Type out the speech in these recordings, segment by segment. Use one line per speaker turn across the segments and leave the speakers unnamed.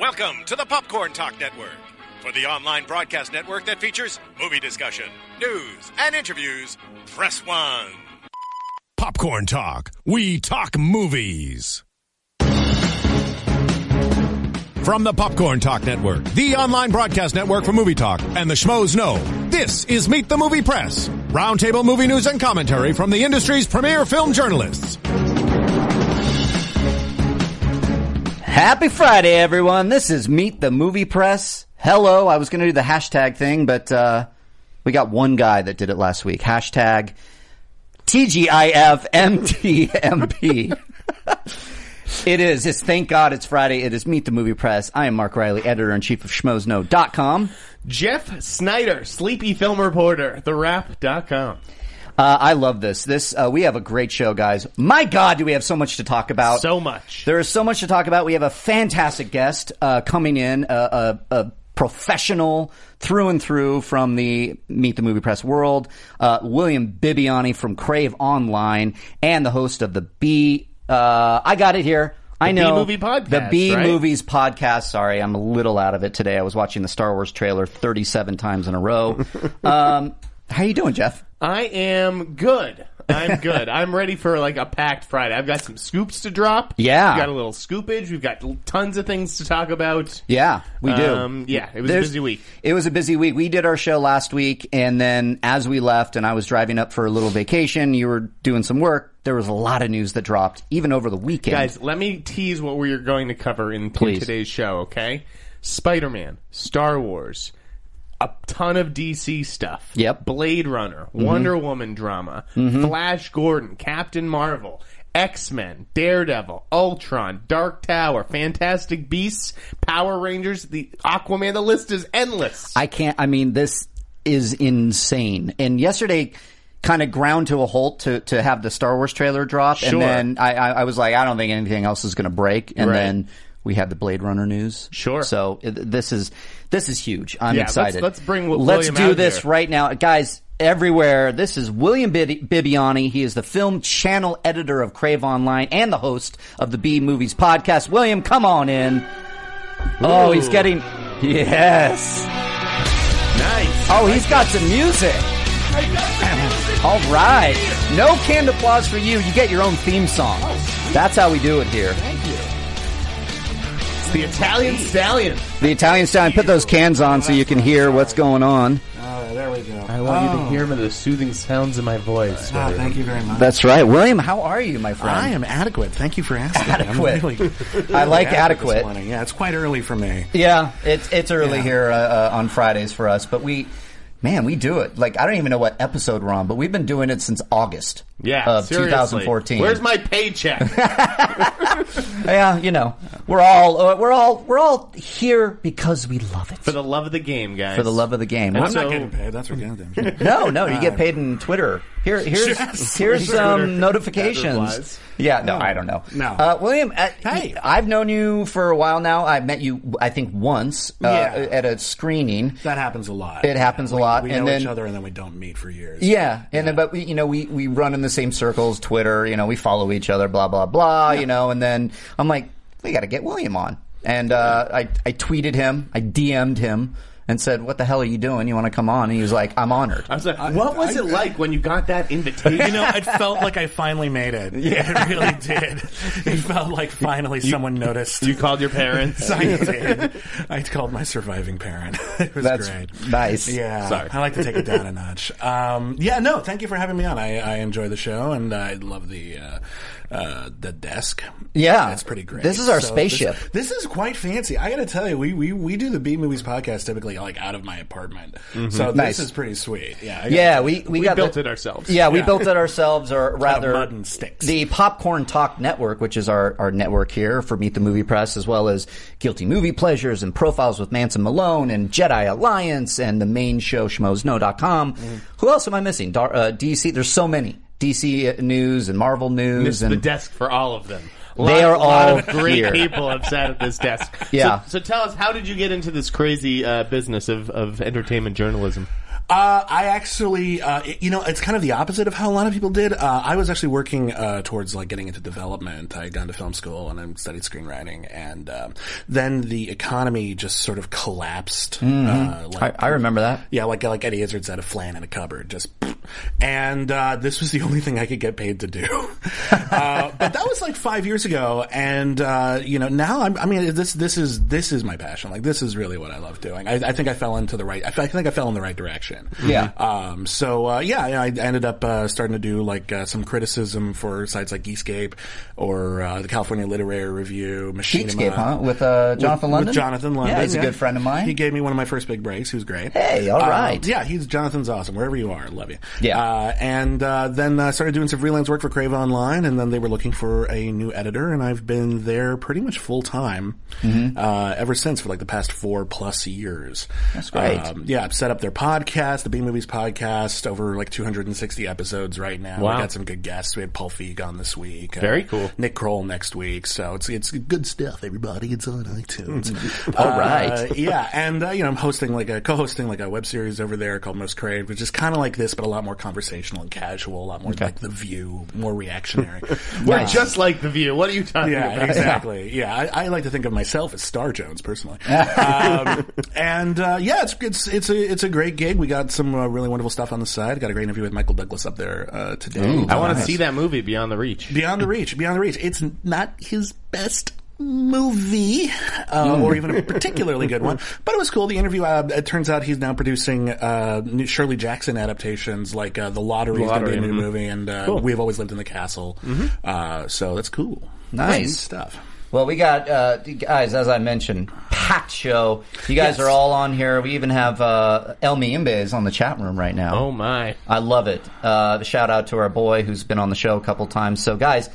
Welcome to the Popcorn Talk Network, for the online broadcast network that features movie discussion, news, and interviews. Press one.
Popcorn Talk. We talk movies. From the Popcorn Talk Network, the online broadcast network for movie talk, and the schmoes know, this is Meet the Movie Press, roundtable movie news and commentary from the industry's premier film journalists.
Happy Friday, everyone. This is Meet the Movie Press. Hello. I was going to do the hashtag thing, but uh, we got one guy that did it last week. Hashtag TGIFMTMP. it is. It's thank God it's Friday. It is Meet the Movie Press. I am Mark Riley, editor in chief of schmozno.com.
Jeff Snyder, sleepy film reporter, therap.com.
Uh, I love this. This uh, we have a great show, guys. My God, do we have so much to talk about?
So much.
There is so much to talk about. We have a fantastic guest uh, coming in, a, a, a professional through and through from the Meet the Movie Press world, uh, William Bibiani from Crave Online, and the host of the B. Uh, I got it here. I
The
know
B-movie podcast,
the B
right?
movies podcast. Sorry, I'm a little out of it today. I was watching the Star Wars trailer 37 times in a row. um, how you doing, Jeff?
I am good. I'm good. I'm ready for like a packed Friday. I've got some scoops to drop.
Yeah.
We've got a little scoopage. We've got l- tons of things to talk about.
Yeah, we do.
Um, yeah, it was a busy week.
It was a busy week. We did our show last week, and then as we left, and I was driving up for a little vacation, you were doing some work. There was a lot of news that dropped, even over the weekend.
Guys, let me tease what we are going to cover in, in
Please.
today's show, okay? Spider Man, Star Wars, a ton of DC stuff.
Yep. Mm-hmm.
Blade Runner, Wonder Woman drama, Flash Gordon, Captain Marvel, X Men, Daredevil, Ultron, Dark Tower, Fantastic Beasts, Power Rangers, the Aquaman, the list is endless.
I can't. I mean, this is insane. And yesterday, kind of ground to a halt to to have the Star Wars trailer drop,
Sure.
and then I, I I was like, I don't think anything else is going to break, and
Right.
then. We had the Blade Runner news.
Sure.
So it, this is this is huge. I'm
Yeah, let's-
excited.
let's bring Wi-
Let's
William
do
out
this
here.
right now, guys. Everywhere. This is William Bib- Bibiani. He is the film channel editor of Crave Online and the host of the B Movies podcast. William, come on in. Oh, he's
Ooh.
getting yes.
nice.
Oh, he's got some music. All right. No canned applause for you. You get your own theme song. That's how we do it here.
It's the Italian Stallion.
The Italian style. Put those cans on so you can hear what's going on.
Ah, There we go. Oh.
I want you to hear the soothing sounds in my voice.
Ah, thank you very much.
That's right. William, how are you, my friend?
I am adequate. Thank you for asking.
Adequate.
I'm really
I like
this
adequate.
morning. Yeah, it's quite early for me.
Yeah, it's it's early
Yeah.
here uh, uh, on Fridays for us, but we, man, we do it. Like I don't even know what episode we're on, but we've been doing it since August
yeah,
of
seriously.
2014.
Where's my paycheck?
yeah, you know, we're all uh, we're all we're all here because we love it.
For the love of the game, guys.
for the love of the game.
And
Well,
I'm
Not
not
getting
getting
paid. That's for goddamn sure.
no, no, you get paid in Twitter. Here, here's
Yes.
here's some
Twitter. That
notifications.
replies.
Yeah, no, I don't know.
No.
uh, William. Uh,
Hey.
I've known you for a while now. I met you, I think, once uh,
Yeah.
at a screening.
That happens a lot.
It happens a
We-
lot,
We
and
know
then-
each other, and then we don't meet for years.
Yeah, and then but we, you know we we run in the same circles, Twitter. You know we follow each other, blah blah blah. You know, and then I'm like, we got to get William on, and uh, I I tweeted him, I DM'd him, and said, what the hell are you doing? You want to come on? And he was like, I'm honored.
I was like, what was it like when you got that invitation?
You know, it felt like I finally made it. It really did. It felt like finally someone noticed.
you called your parents.
I did.
I called my surviving parent. it was
That's
great.
nice.
Yeah,
Sorry.
I like to take it down a notch. Um, yeah, no, thank you for having me on. I, I enjoy the show, and I love the uh, uh, the desk.
Yeah.
that's pretty great.
This is our
So
spaceship.
This, this is quite fancy. I got to tell you, we, we we do the B movies podcast typically like out of my apartment, so
Mm-hmm. Nice.
this is pretty sweet. Yeah, I gotta
Yeah, we we, got
built
the-
it ourselves.
Yeah, we built it ourselves, or rather,
mud and sticks.
The Popcorn Talk Network, which is our our network here for Meet the Movie Press, as well as Guilty Movie Pleasures and Profiles with Manson Malone and Jedi Alliance and the main show schmozno.com. Who else am I missing? Dar- uh, DC. There's so many DC news and Marvel news
This is
and
the desk for all of them.
They are all
of great
here.
people have sat at this desk.
Yeah.
So, so tell us, how did you get into this crazy uh, business of, of entertainment journalism?
Uh, I actually, uh, it- you know, it's kind of the opposite of how a lot of people did. Uh, I was actually working uh, towards like getting into development. I had gone to film school and I studied screenwriting, and um, then the economy just sort of collapsed. Uh, like,
I, I remember that.
yeah, like like Eddie Izzard's out of flan in a cupboard, just. And uh, this was the only thing I could get paid to do. uh, but that was like five years ago, and uh, you know now I'm, I mean this this is this is my passion. Like this is really what I love doing. I, I think I fell into the right. I, fe- I think I fell in the right direction.
Yeah.
Um. So uh, yeah, you know, I ended up uh, starting to do like uh, some criticism for sites like Geekscape or uh, the California Literary Review, Machinima.
Geekscape, huh? With uh, Jonathan
with,
London.
With Jonathan London.
Yeah, he's a good friend of mine.
He gave me one of my first big breaks. He was great.
Hey, all
Um,
right.
yeah, he's Jonathan's awesome. Wherever you are, love you.
Yeah.
Uh, and uh, then I started doing some freelance work for Crave Online, and then they were looking for a new editor, and I've been there pretty much full time
Mm-hmm.
uh, ever since for like the past four plus years. That's
great.
yeah, I've set up their podcast, the B Movies podcast, over like 260 episodes right now.
Wow.
We got some good guests. We had Paul Feig on this week.
Very cool.
Nick Kroll next week. So it's it's good stuff, everybody. It's on iTunes.
All right.
Uh, yeah, and uh, you know I'm hosting like a co-hosting like a web series over there called Most Craved, which is kind of like this, but a lot more conversational and casual, a lot more like The View, more reactionary.
We're
Uh,
just like The View. What are you talking
yeah,
about?
exactly. Yeah, I, I like to think of myself as Star Jones personally. um, and uh, yeah, it's it's it's a it's a great gig. We got some uh, really wonderful stuff on the side. Got a great interview with Michael Douglas up there uh, today.
I want to see that movie, Beyond the Reach.
Beyond the Reach. Beyond the Reach. It's not his best movie, uh, or even a particularly good one, but it was cool. The interview. Uh, it turns out he's now producing uh, new Shirley Jackson adaptations, like uh, The Lottery is going to be a new movie, and uh, We've Always Lived in the Castle. Uh, so that's cool.
Nice.
Neat stuff.
Well, we got uh, guys. As I mentioned, packed show. You guys are all on here. We even have uh, Elmi Imbe is on the chat room right now.
Oh my.
I love it. Uh, shout out to our boy who's been on the show a couple times. So, guys,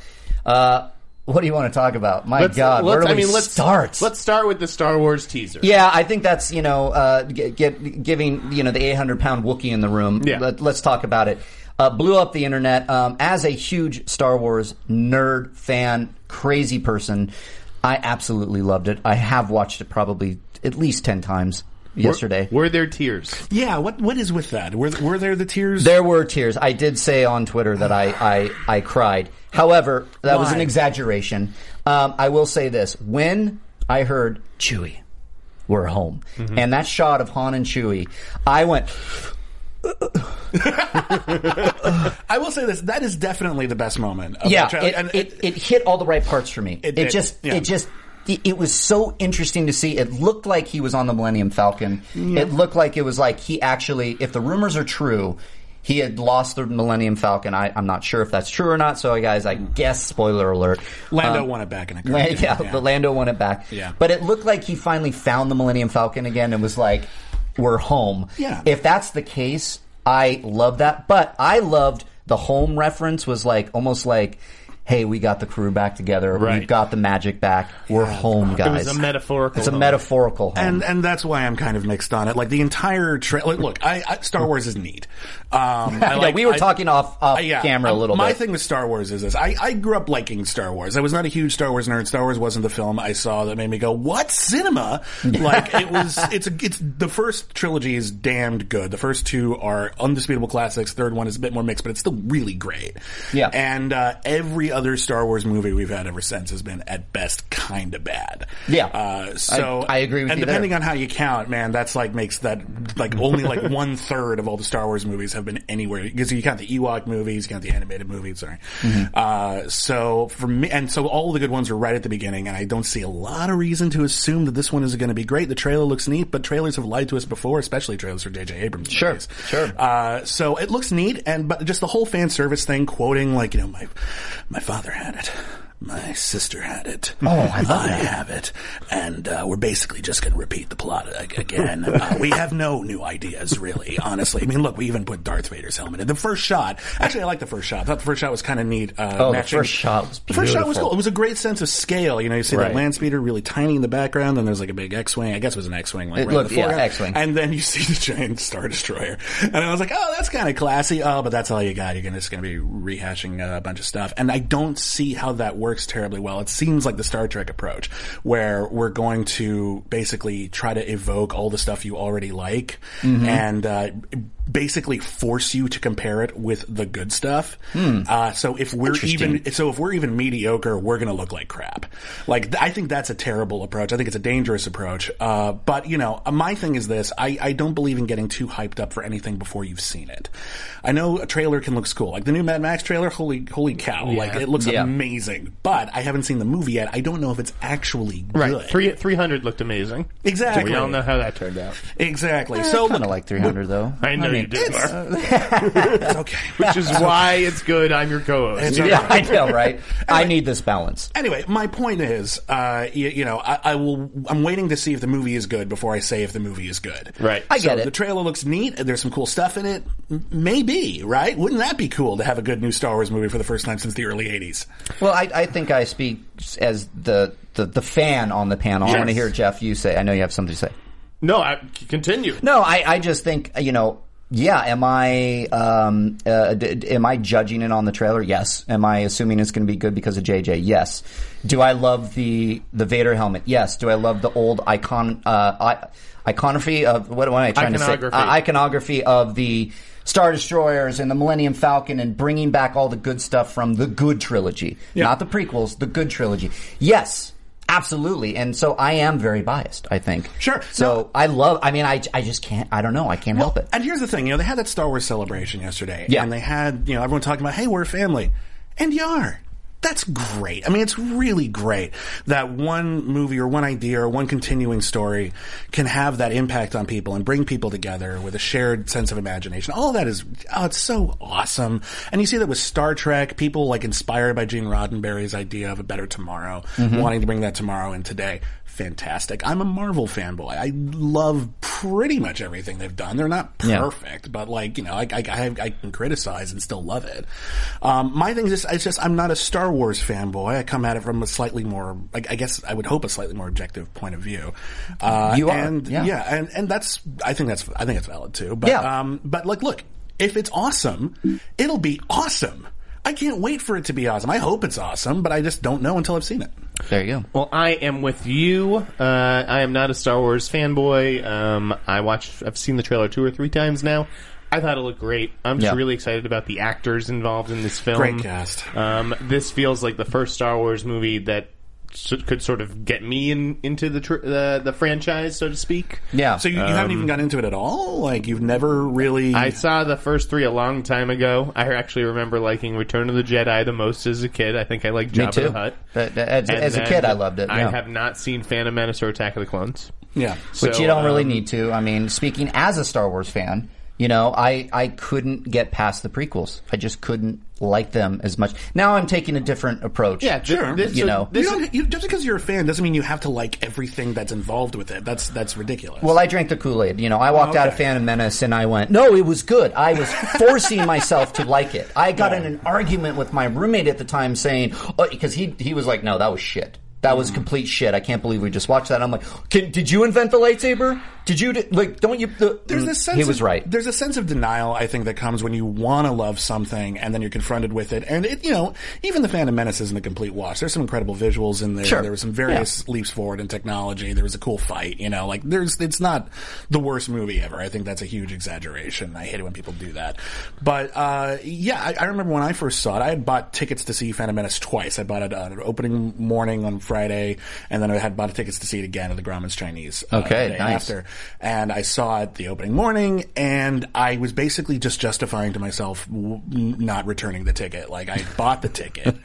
uh, what do you want to talk about? My God, where do we start?
Let's start with the Star Wars teaser.
yeah, I think that's you know uh, get, get giving you know the 800 pound Wookiee in the room.
Yeah.
Let, let's talk about it. Uh, blew up the internet. Um, as a huge Star Wars nerd fan, crazy person, I absolutely loved it. I have watched it probably at least 10 times yesterday.
Were there tears?
Yeah. What What is with that? Were Were there the tears?
There were tears. I did say on Twitter that I I, I cried. However, that was an
Why?
exaggeration. Um, I will say this: when I heard Chewie, we're home,
Mm-hmm.
and that shot of Han and Chewie, I went.
I will say this. That is definitely the best moment. Of
Yeah,
the trailer.
it,
and
it, it hit all the right parts for me. It,
It did,
just
yeah.
it just it it was so interesting to see. It looked like he was on the Millennium Falcon. It looked like it was like he actually, if the rumors are true, he had lost the Millennium Falcon. I, I'm not sure if that's true or not. So, guys, I guess spoiler alert.
Lando
Um,
won it back in a
La-
crack.
yeah, but Lando won it back.
Yeah.
But it looked like he finally found the Millennium Falcon again and was like, we're home.
Yeah.
If that's the case, I love that. But I loved the home reference was like almost like, hey, we got the crew back together. We've
Right.
got the magic back. We're home, guys.
a metaphorical
It's a
home.
metaphorical home.
and and that's why I'm kind of mixed on it. Like the entire tra- like, look, I, I Star Wars is neat. Um, I
Yeah,
like-
we were
I-
talking off, off
I- yeah,
camera a
um,
little
My
bit.
thing with Star Wars is this: I, I grew up liking Star Wars. I was not a huge Star Wars nerd. Star Wars wasn't the film I saw that made me go, "What cinema?" like it was. It's a, it's the first trilogy is damned good. The first two are undisputable classics. Third one is a bit more mixed, but it's still really great.
Yeah.
and uh, every other Star Wars movie we've had ever since has been at best kind of bad.
Yeah.
uh, so
I agree with
and
you there.
depending on how you count, man, that's like makes that like only like one third of all the Star Wars movies have been anywhere because you count the Ewok movies, you count the animated movies. Sorry.
Mm-hmm.
Uh, so for me, and so all the good ones are right at the beginning, and I don't see a lot of reason to assume that this one is going to be great. The trailer looks neat, but trailers have lied to us before, especially trailers for J.J. Abrams.
Sure,
movies.
sure.
Uh, so it looks neat, and but just the whole fan service thing, quoting like you know my my father had it. My sister had it. Oh, I, have it, and uh, we're basically just going to repeat the plot ag- again. uh, we have no new ideas, really. Honestly, I mean, look, we even put Darth Vader's helmet in the first shot. Actually, I like the first shot. I thought the first shot was kind of neat. Uh,
Oh, the
matching-
first shot was
The first shot was
beautiful.
cool. It was a great sense of scale. You know, you see that land speeder really tiny in the background, then there's like a big X-wing. I guess it was an X-wing. Like,
It
right in
looked-
the
yeah,
foreground.
X-wing.
And then you see the giant Star Destroyer. And I was like, oh, that's kind of classy. Oh, but that's all you got. You're gonna- just going to be rehashing uh, a bunch of stuff. And I don't see how that works terribly well. It seems like the Star Trek approach, where we're going
Mm-hmm.
to basically try to evoke all the stuff you already like and uh, basically force you to compare it with the good stuff.
Hmm.
Uh, so if we're even so if we're even mediocre, we're going to look like crap. Like th- I think that's a terrible approach. I think it's a dangerous approach. Uh, but you know, my thing is this: I, I don't believe in getting too hyped up for anything before you've seen it. I know a trailer can look cool, like the new Mad Max trailer. Holy holy cow! Like it looks
Yeah.
amazing. But I haven't seen the movie yet. I don't know if it's actually
Right.
good.
Three, 300 looked amazing.
Exactly.
We all know how that turned out.
Exactly. so
kind
look,
of Eh, like 300 though.
I know you did,
it's-
Mark.
it's okay.
Which is why it's good. I'm your co host.
It's
Yeah, I know, right? I need this balance.
Anyway, my point is, uh, you, you know, I, I will. I'm waiting to see if the movie is good before I say if the movie is good.
Right.
I get
so
it.
The trailer looks neat. and There's some cool stuff in it. M- Maybe, right? Wouldn't that be cool to have a good new Star Wars movie for the first time since the early '80s?
Well, I, I think I speak as the, the, the fan on the panel. I want to
Yes.
hear, Jeff, you say. I know you have something to say.
No, I, continue.
No, I, I just think you know. Yeah, am I um, uh, d- d- am I judging it on the trailer? Yes. Am I assuming it's going to be good because of JJ? Yes. Do I love the the Vader helmet? Yes. Do I love the old icon uh, I, iconography of what, what am I trying to say?
Iconography.
Uh, iconography of the Star Destroyers and the Millennium Falcon and bringing back all the good stuff from the good trilogy, not the prequels, the good trilogy. Yes. Absolutely, and so I am very biased. I think.
Sure.
So I love. I mean, I, I just can't. I don't know. I can't help it.
And here's the thing, you know, they had that Star Wars celebration yesterday,
Yeah.
and they had you know everyone talking about, hey, we're a family, and you are. That's great. I mean, it's really great that one movie or one idea or one continuing story can have that impact on people and bring people together with a shared sense of imagination. All of that is, oh, it's so awesome. And you see that with Star Trek, people like inspired by Gene Roddenberry's idea of a better tomorrow,
Mm-hmm.
wanting to bring that tomorrow in today fantastic. I'm a Marvel fanboy. I love pretty much everything they've done. They're not
Yeah.
perfect, but like you know, I, I, I, have, I can criticize and still love it. Um, my thing is, just, it's just I'm not a Star Wars fanboy. I come at it from a slightly more, I, I guess, I would hope a slightly more objective point of view. Uh,
You are,
and,
yeah.
and and that's I think that's I think that's valid too. But
Yeah.
um, but like, look, if it's awesome, it'll be awesome. I can't wait for it to be awesome. I hope it's awesome, but I just don't know until I've seen it.
There you go.
Well, I am with you. Uh, I am not a Star Wars fanboy. Um, I watched, I've seen the trailer two or three times now. I thought it looked great. I'm just
Yeah.
really excited about the actors involved in this film.
Great cast.
Um, this feels like the first Star Wars movie that s could sort of get me in, into the, tr- the the franchise, so to speak.
Yeah.
So you, you haven't even gotten into it at all? Like you've never really
I saw the first three a long time ago. I actually remember liking Return of the Jedi the most as a kid. I think I liked
Me
Jabba
too.
the Hutt.
But, uh, as-
And
as a
then
kid, I loved it,
I
yeah.
have not seen Phantom Menace or Attack of the Clones.
Yeah.
Which
So,
you don't really
um,
need to. I mean, speaking as a Star Wars fan, you know, I, I couldn't get past the prequels. I just couldn't like them as much. Now I'm taking a different approach.
Yeah, thi-
Sure.
This,
You
so
know.
You
this
don't, you, just because you're a fan doesn't mean you have to like everything that's involved with it. That's that's ridiculous.
Well, I drank the Kool Aid. You know, I walked out of
okay.
Phantom Menace and I went, no, it was good. I was forcing myself to like it. I got in an argument with my roommate at the time saying, because he, he was like, no, that was shit. That
Mm.
was complete shit. I can't believe we just watched that. And I'm like, Can, did you invent the lightsaber? Did you, do, like, don't you, the,
there's
Mm,
a sense
he was
of,
right.
There's a sense of denial, I think, that comes when you want to love something and then you're confronted with it. And it, you know, even the Phantom Menace isn't a complete watch. There's some incredible visuals in there.
Sure.
There were some various leaps forward in technology. There was a cool fight. You know, like there's it's not the worst movie ever. I think that's a huge exaggeration. I hate it when people do that. But uh, yeah, I, I remember when I first saw it. I had bought tickets to see Phantom Menace twice. I bought it on an opening morning on Friday, and then I had bought tickets to see it again at the Grauman's Chinese. uh,
Okay,
the day
nice.
After and I saw it the opening morning, and I was basically just justifying to myself w- not returning the ticket. Like I bought the ticket.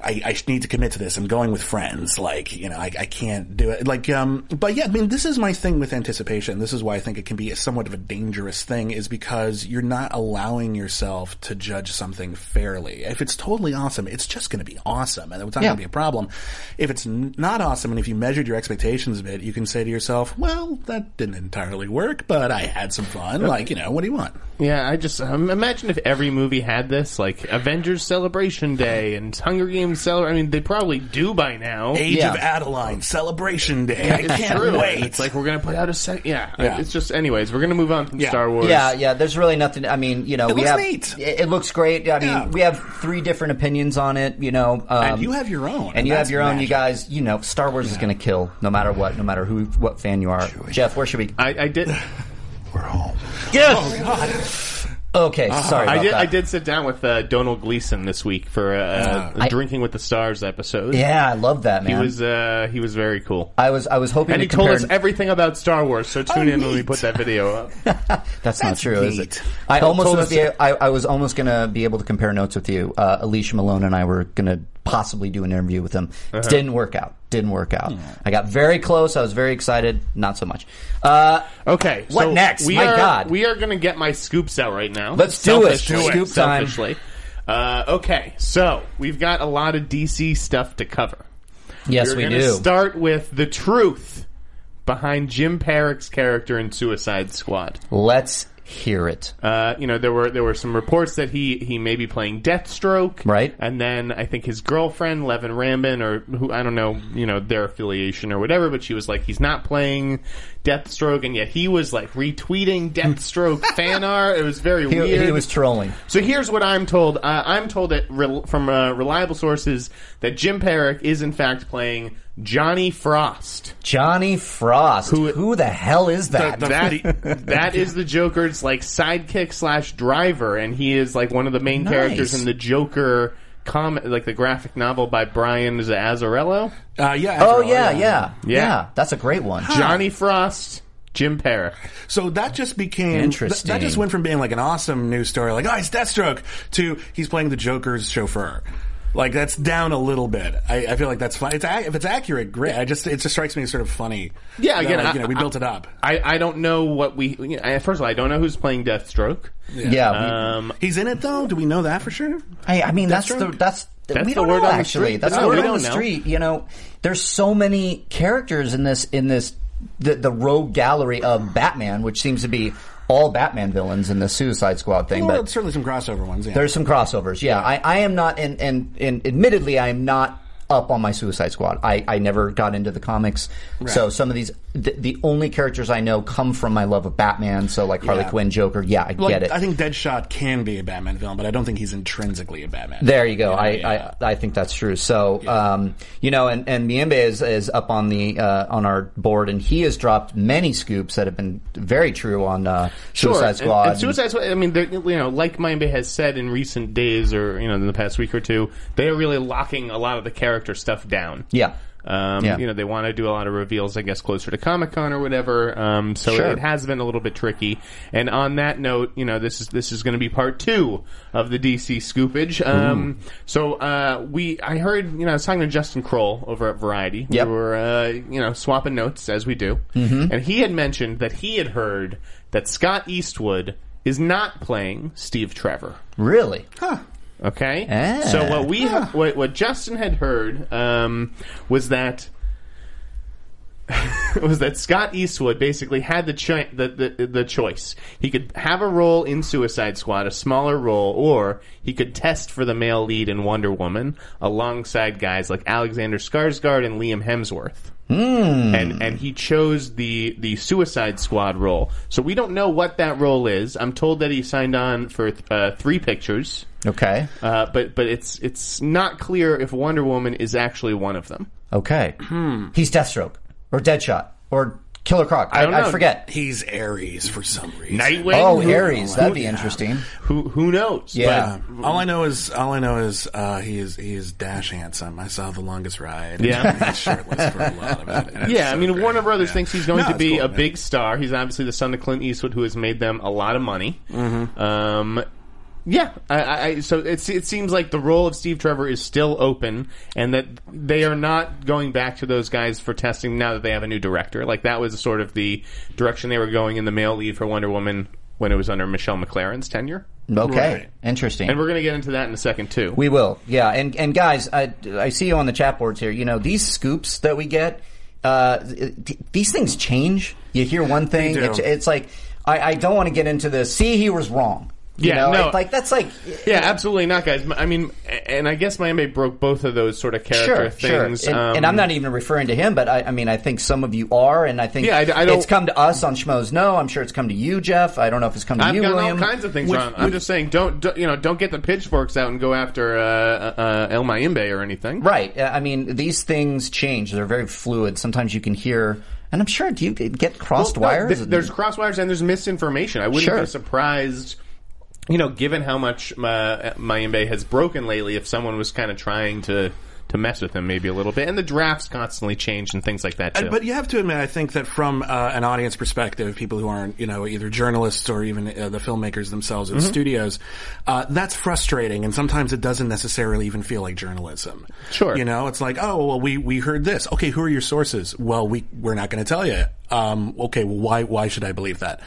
I, I need to commit to this. I'm going with friends. Like, you know, I, I can't do it. Like, um, but yeah, I mean, this is my thing with anticipation. This is why I think it can be somewhat of a dangerous thing is because you're not allowing yourself to judge something fairly. If it's totally awesome, it's just going to be awesome and it's not
Yeah.
going to be a problem. If it's n- not awesome and if you measured your expectations of it, you can say to yourself, well, that didn't entirely work, but I had some fun. Like, you know, what do you want?
Yeah, I just um, imagine if every movie had this, like Avengers Celebration Day and Hunger Games Celebration. I mean, they probably do by now.
Age
Yeah.
of Adeline, Celebration Day. I can't wait.
It's like we're gonna put out a sec. Yeah,
Yeah.
it's just. Anyways, we're gonna move on from
Yeah.
Star Wars.
Yeah, yeah. There's really nothing. I mean, you know,
It
we
looks
have
neat.
It, it looks great. I mean,
Yeah.
we have three different opinions on it. You know, um,
And you have your own,
and you
that's
have your own. You
magic.
guys, you know, Star Wars is going to kill no matter what, no matter who, what fan you are. Jeff, where should we?
I, I did.
We're home.
Yes. Okay, sorry.
I
about
did.
that. Ah.
I did sit down with uh, Donald Gleason this week for uh,
I-
Drinking with the Stars episode.
Yeah, I love that
he
man.
was. Uh, he was very cool.
I was. I was hoping
And
to
he told
compare.
us everything about Star Wars, so tune in when we
neat.
put that video up.
That's, not true, is it?
neat.
I almost
told
was
us-
be, I, I was almost gonna be able to compare notes with you. Uh, Alicia Malone and I were gonna possibly do an interview with him. Didn't work out. Didn't work out. I got very close. I was very excited. Not so much. Uh,
Okay.
What
so
next?
We
My
are,
God.
We are going to get my scoops out right now.
Let's do it.
Selfishly.
Do it. Scoop time.
Selfishly. Uh, okay. So we've got a lot of DC stuff to cover.
yes,
We're
we
gonna
do.
Start with the truth behind Jim Parrick's character in Suicide Squad.
Let's hear it.
Uh, you know, there were there were some reports that he he may be playing Deathstroke,
Right.
And then I think his girlfriend Levin Rambin, or who I don't know, you know, their affiliation or whatever, but she was like, he's not playing Deathstroke, and yet he was like retweeting Deathstroke fan art. It was very
He,
weird.
he was trolling.
So here's what I'm told. Uh, I'm told that rel from uh, reliable sources that Jim Parrick is in fact playing Johnny Frost.
Johnny Frost. Who, the hell is that?
That that is the Joker's like sidekick slash driver, and he is like one of the main
Nice.
characters in the Joker comic, like the graphic novel by Brian is it Azzarello.
Uh, yeah.
oh
after all,
yeah, yeah, yeah,
Yeah.
That's a great one.
Johnny Frost, Jim Parrick.
So that just became
Interesting.
that just went from being like an awesome news story, like oh, it's Deathstroke, to he's playing the Joker's chauffeur. Like that's down a little bit. I, I feel like that's fine. It's ac- if it's accurate, great. I just it just strikes me as sort of funny.
Yeah,
that,
again,
like,
I-
you know, we
I-
built it up.
I, I don't know what we. you know, First of all, I don't know who's playing Deathstroke.
yeah. we-
Um,
He's in it though. Do we know that for sure?
I, I mean, that's,
Deathstroke?
the that's
That's
we
the
don't
word
know
on the
actually.
street.
that's
No,
the word
we
on the
don't know.
street. You know, there's so many characters in this in this the the rogue gallery of Batman, which seems to be all Batman villains in the Suicide Squad thing.
Well,
but
certainly some crossover ones. Yeah.
there's some crossovers. Yeah, I, I am not, and, and and admittedly, I am not up on my Suicide Squad. I, I never got into the comics, so some of these the, the only characters I know come from my love of Batman. So like Harley
Yeah.
Quinn, Joker. Yeah, I
Like,
get it.
I think Deadshot can be a Batman villain, but I don't think he's intrinsically a Batman.
There you go. I, I I think that's true. So um, you know, and and Miembe is is up on the uh, on our board, and he has dropped many scoops that have been very true on uh,
Sure,
Suicide
and-
Squad.
And, Suicide Squad. I mean, they're, you know, like Mayimbe has said in recent days, or you know, in the past week or two, they are really locking a lot of the character stuff down.
Yeah.
Um,
Yeah.
You know, they want to do a lot of reveals, I guess, closer to Comic Con or whatever. Um, so
Sure.
it has been a little bit tricky. And on that note, you know, this is this is going to be part two of the DC scoopage. Um, so uh, we, I heard, you know, I was talking to Justin Kroll over at Variety.
Yep. Mm-hmm.
We were, uh, you know, swapping notes as we do, and he had mentioned that he had heard that Scott Eastwood is not playing Steve Trevor.
really?
Okay.
Ah.
So what we what, what Justin had heard um, was that was that Scott Eastwood basically had the, choi the the the choice. He could have a role in Suicide Squad, a smaller role, or he could test for the male lead in Wonder Woman alongside guys like Alexander Skarsgård and Liam Hemsworth. And and he chose the the Suicide Squad role. So we don't know what that role is. I'm told that he signed on for uh, three pictures.
Okay.
Uh, but but it's it's not clear if Wonder Woman is actually one of them.
Okay.
Hmm.
He's Deathstroke or Deadshot or Killer Croc. I,
don't
I
know.
forget.
He's Aries for some reason.
Nightwing.
Oh,
Who-
Ares. That'd be
yeah.
interesting.
Who who knows?
Uh,
Yeah.
All I know is all I know is uh, he is he is dash handsome. I saw the longest ride.
Yeah.
he's shirtless for a lot of it. and
But,
it's
yeah,
so
I mean,
great.
Warner Brothers
Yeah.
thinks he's going
No,
to
it's
be
cool,
a
man.
big star. He's obviously the son of Clint Eastwood, who has made them a lot of money.
Mm-hmm.
Um, yeah, I, I, I- so it's, it seems like the role of Steve Trevor is still open, and that they are not going back to those guys for testing now that they have a new director. Like that was sort of the direction they were going in the male lead for Wonder Woman when it was under Michelle McLaren's tenure.
Okay.
Right.
Interesting.
And we're going to get into that in a second too.
We will, yeah. And and guys, I, I see you on the chat boards here. You know these scoops that we get, uh, th- these things change. You hear one thing,
do.
it's, it's like I, I don't want to get into this. See, he was wrong. You
Yeah,
know?
no.
It- like that's like
yeah, absolutely not, guys. M- I mean, a- and I guess Miami broke both of those sort of character
sure,
things.
sure. And,
um,
and I'm not even referring to him, but I, I mean, I think some of you are, and I think
Yeah, I d- I don't-
it's come to us on Schmoes. No, I'm sure it's come to you, Jeff. I don't know if it's come to
I've
you,
gotten
William.
all kinds of things wrong. I'm just saying, don't, don't you know? Don't get the pitchforks out and go after uh, uh, El Mayimbe or anything.
Right. Uh, I mean, these things change. They're very fluid. Sometimes you can hear And I'm sure, do you get crossed
Well, no,
wires?
th- there's cross wires and there's misinformation. I wouldn't
Sure.
be surprised, you know, given how much uh, Mayembe has broken lately, if someone was kind of trying to to mess with him maybe a little bit. And the drafts constantly change and things like that too.
Uh, But you have to admit, I think that from uh, an audience perspective, people who aren't, you know, either journalists or even uh, the filmmakers themselves or
Mm-hmm.
the studios, uh, that's frustrating. And sometimes it doesn't necessarily even feel like journalism.
Sure.
You know, it's like, oh, well, we, we heard this. Okay, who are your sources? Well, we, we're not going to tell you. Um, okay, well, why, why should I believe that?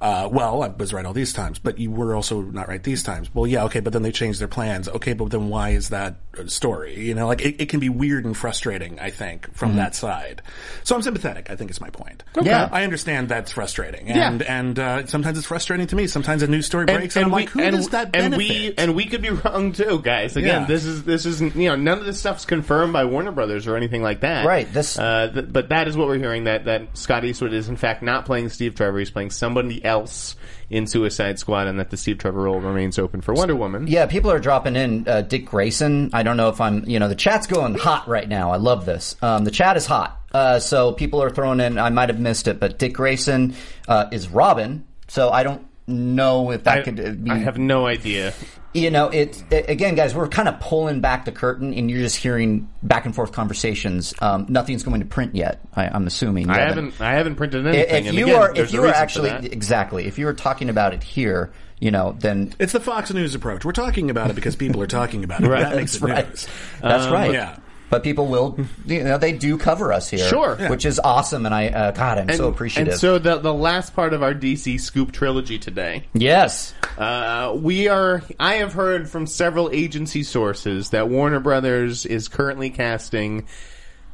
Uh, well, I was right all these times, but you were also not right these times. Well, yeah, okay, but then they changed their plans. Okay, but then why is that a story? You know, like it, it can be weird and frustrating, I think, from that side. So I'm sympathetic, I think is my point.
Yeah.
I understand that's frustrating. And, and, uh, sometimes it's frustrating to me. Sometimes a news story breaks and, I'm like, who does that
and
benefit?
we and we could be wrong too, guys. Again,
Yeah.
this is this isn't you know none of this stuff's confirmed by Warner Brothers or anything like that.
Right, this-
uh, th- but that is what we're hearing that that Scott Eastwood is in fact not playing Steve Trevor. He's playing somebody else in Suicide Squad, and that the Steve Trevor role remains open for Wonder Woman.
Yeah, people are dropping in. Uh, Dick Grayson. I don't know if I'm. You know, the chat's going hot right now. I love this. Um, the chat is hot. Uh, so people are throwing in. I might have missed it, but Dick Grayson uh, is Robin. So I don't know if that
I,
could uh, be.
I have no idea.
you know, it a- again, guys. We're kind of pulling back the curtain, and you're just hearing back and forth conversations. Um, nothing's going to print yet. I, I'm assuming. You
I haven't. I haven't printed
If
anything. and
you
again,
are,
there's
if
a
you are
reason for
actually
that.
exactly, if you were talking about it here, you know, then
it's the Fox News approach. We're talking about it because people are talking about it.
Right. Um,
That makes it
right.
news.
That's right.
yeah.
But people will, you know, they do cover us here,
Sure.
which is awesome, and I, uh, God, I'm so appreciative.
And so the the last part of our DC scoop trilogy today.
yes,
Uh, we are. I have heard from several agency sources that Warner Brothers is currently casting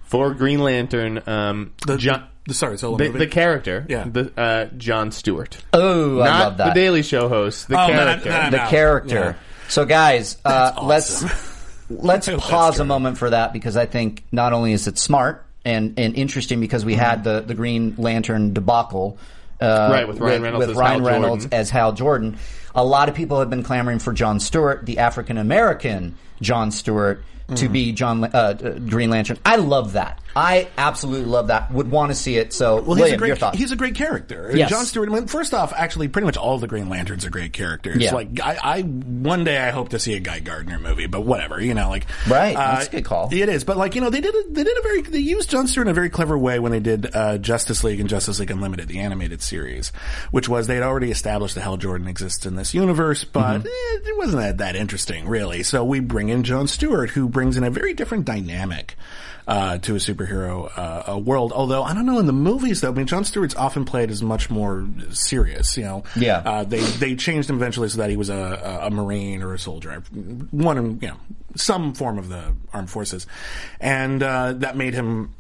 for Green Lantern. Um,
The,
John,
the, sorry, solo
the,
movie.
the character,
Yeah.
the uh, John Stewart,
oh, I
not
love that
the Daily Show host, the
Oh, man,
character.
I'm- I'm
the
out.
character. So, guys, uh,
awesome.
let's
I hope
let's
that's
pause a
true.
moment for that because I think not only is it smart and and interesting because we had the the Green Lantern debacle. Uh,
Right, with Ryan Reynolds
with
as
Ryan
Hal
Reynolds
Jordan.
as Hal Jordan. A lot of people have been clamoring for John Stewart, the African American John Stewart, to
Mm-hmm.
be John uh, uh, Green Lantern. I love that. I absolutely love that. Would want to see it. So,
Well,
William,
he's a great
your thoughts?
he's a great character.
Yes.
John Stewart. I mean, First off, actually, pretty much all of the Green Lanterns are great characters.
Yeah.
Like, I, I one day I hope to see a Guy Gardner movie, but whatever, you know, like uh,
Right, that's a good call.
It is, but like you know, they did a, they did a very they used John Stewart in a very clever way when they did uh, Justice League and Justice League Unlimited, the animated series, which was they had already established that Hal Jordan exists in this universe, but eh, it wasn't that, that interesting really. So we bring in John Stewart, who brings in a very different dynamic uh, to a superhero uh, uh, world. Although I don't know in the movies though. I mean, John Stewart's often played as much more serious. You know,
Yeah.
Uh, they they changed him eventually so that he was a a, a marine or a soldier, I- one in, you know some form of the armed forces, and uh, that made him.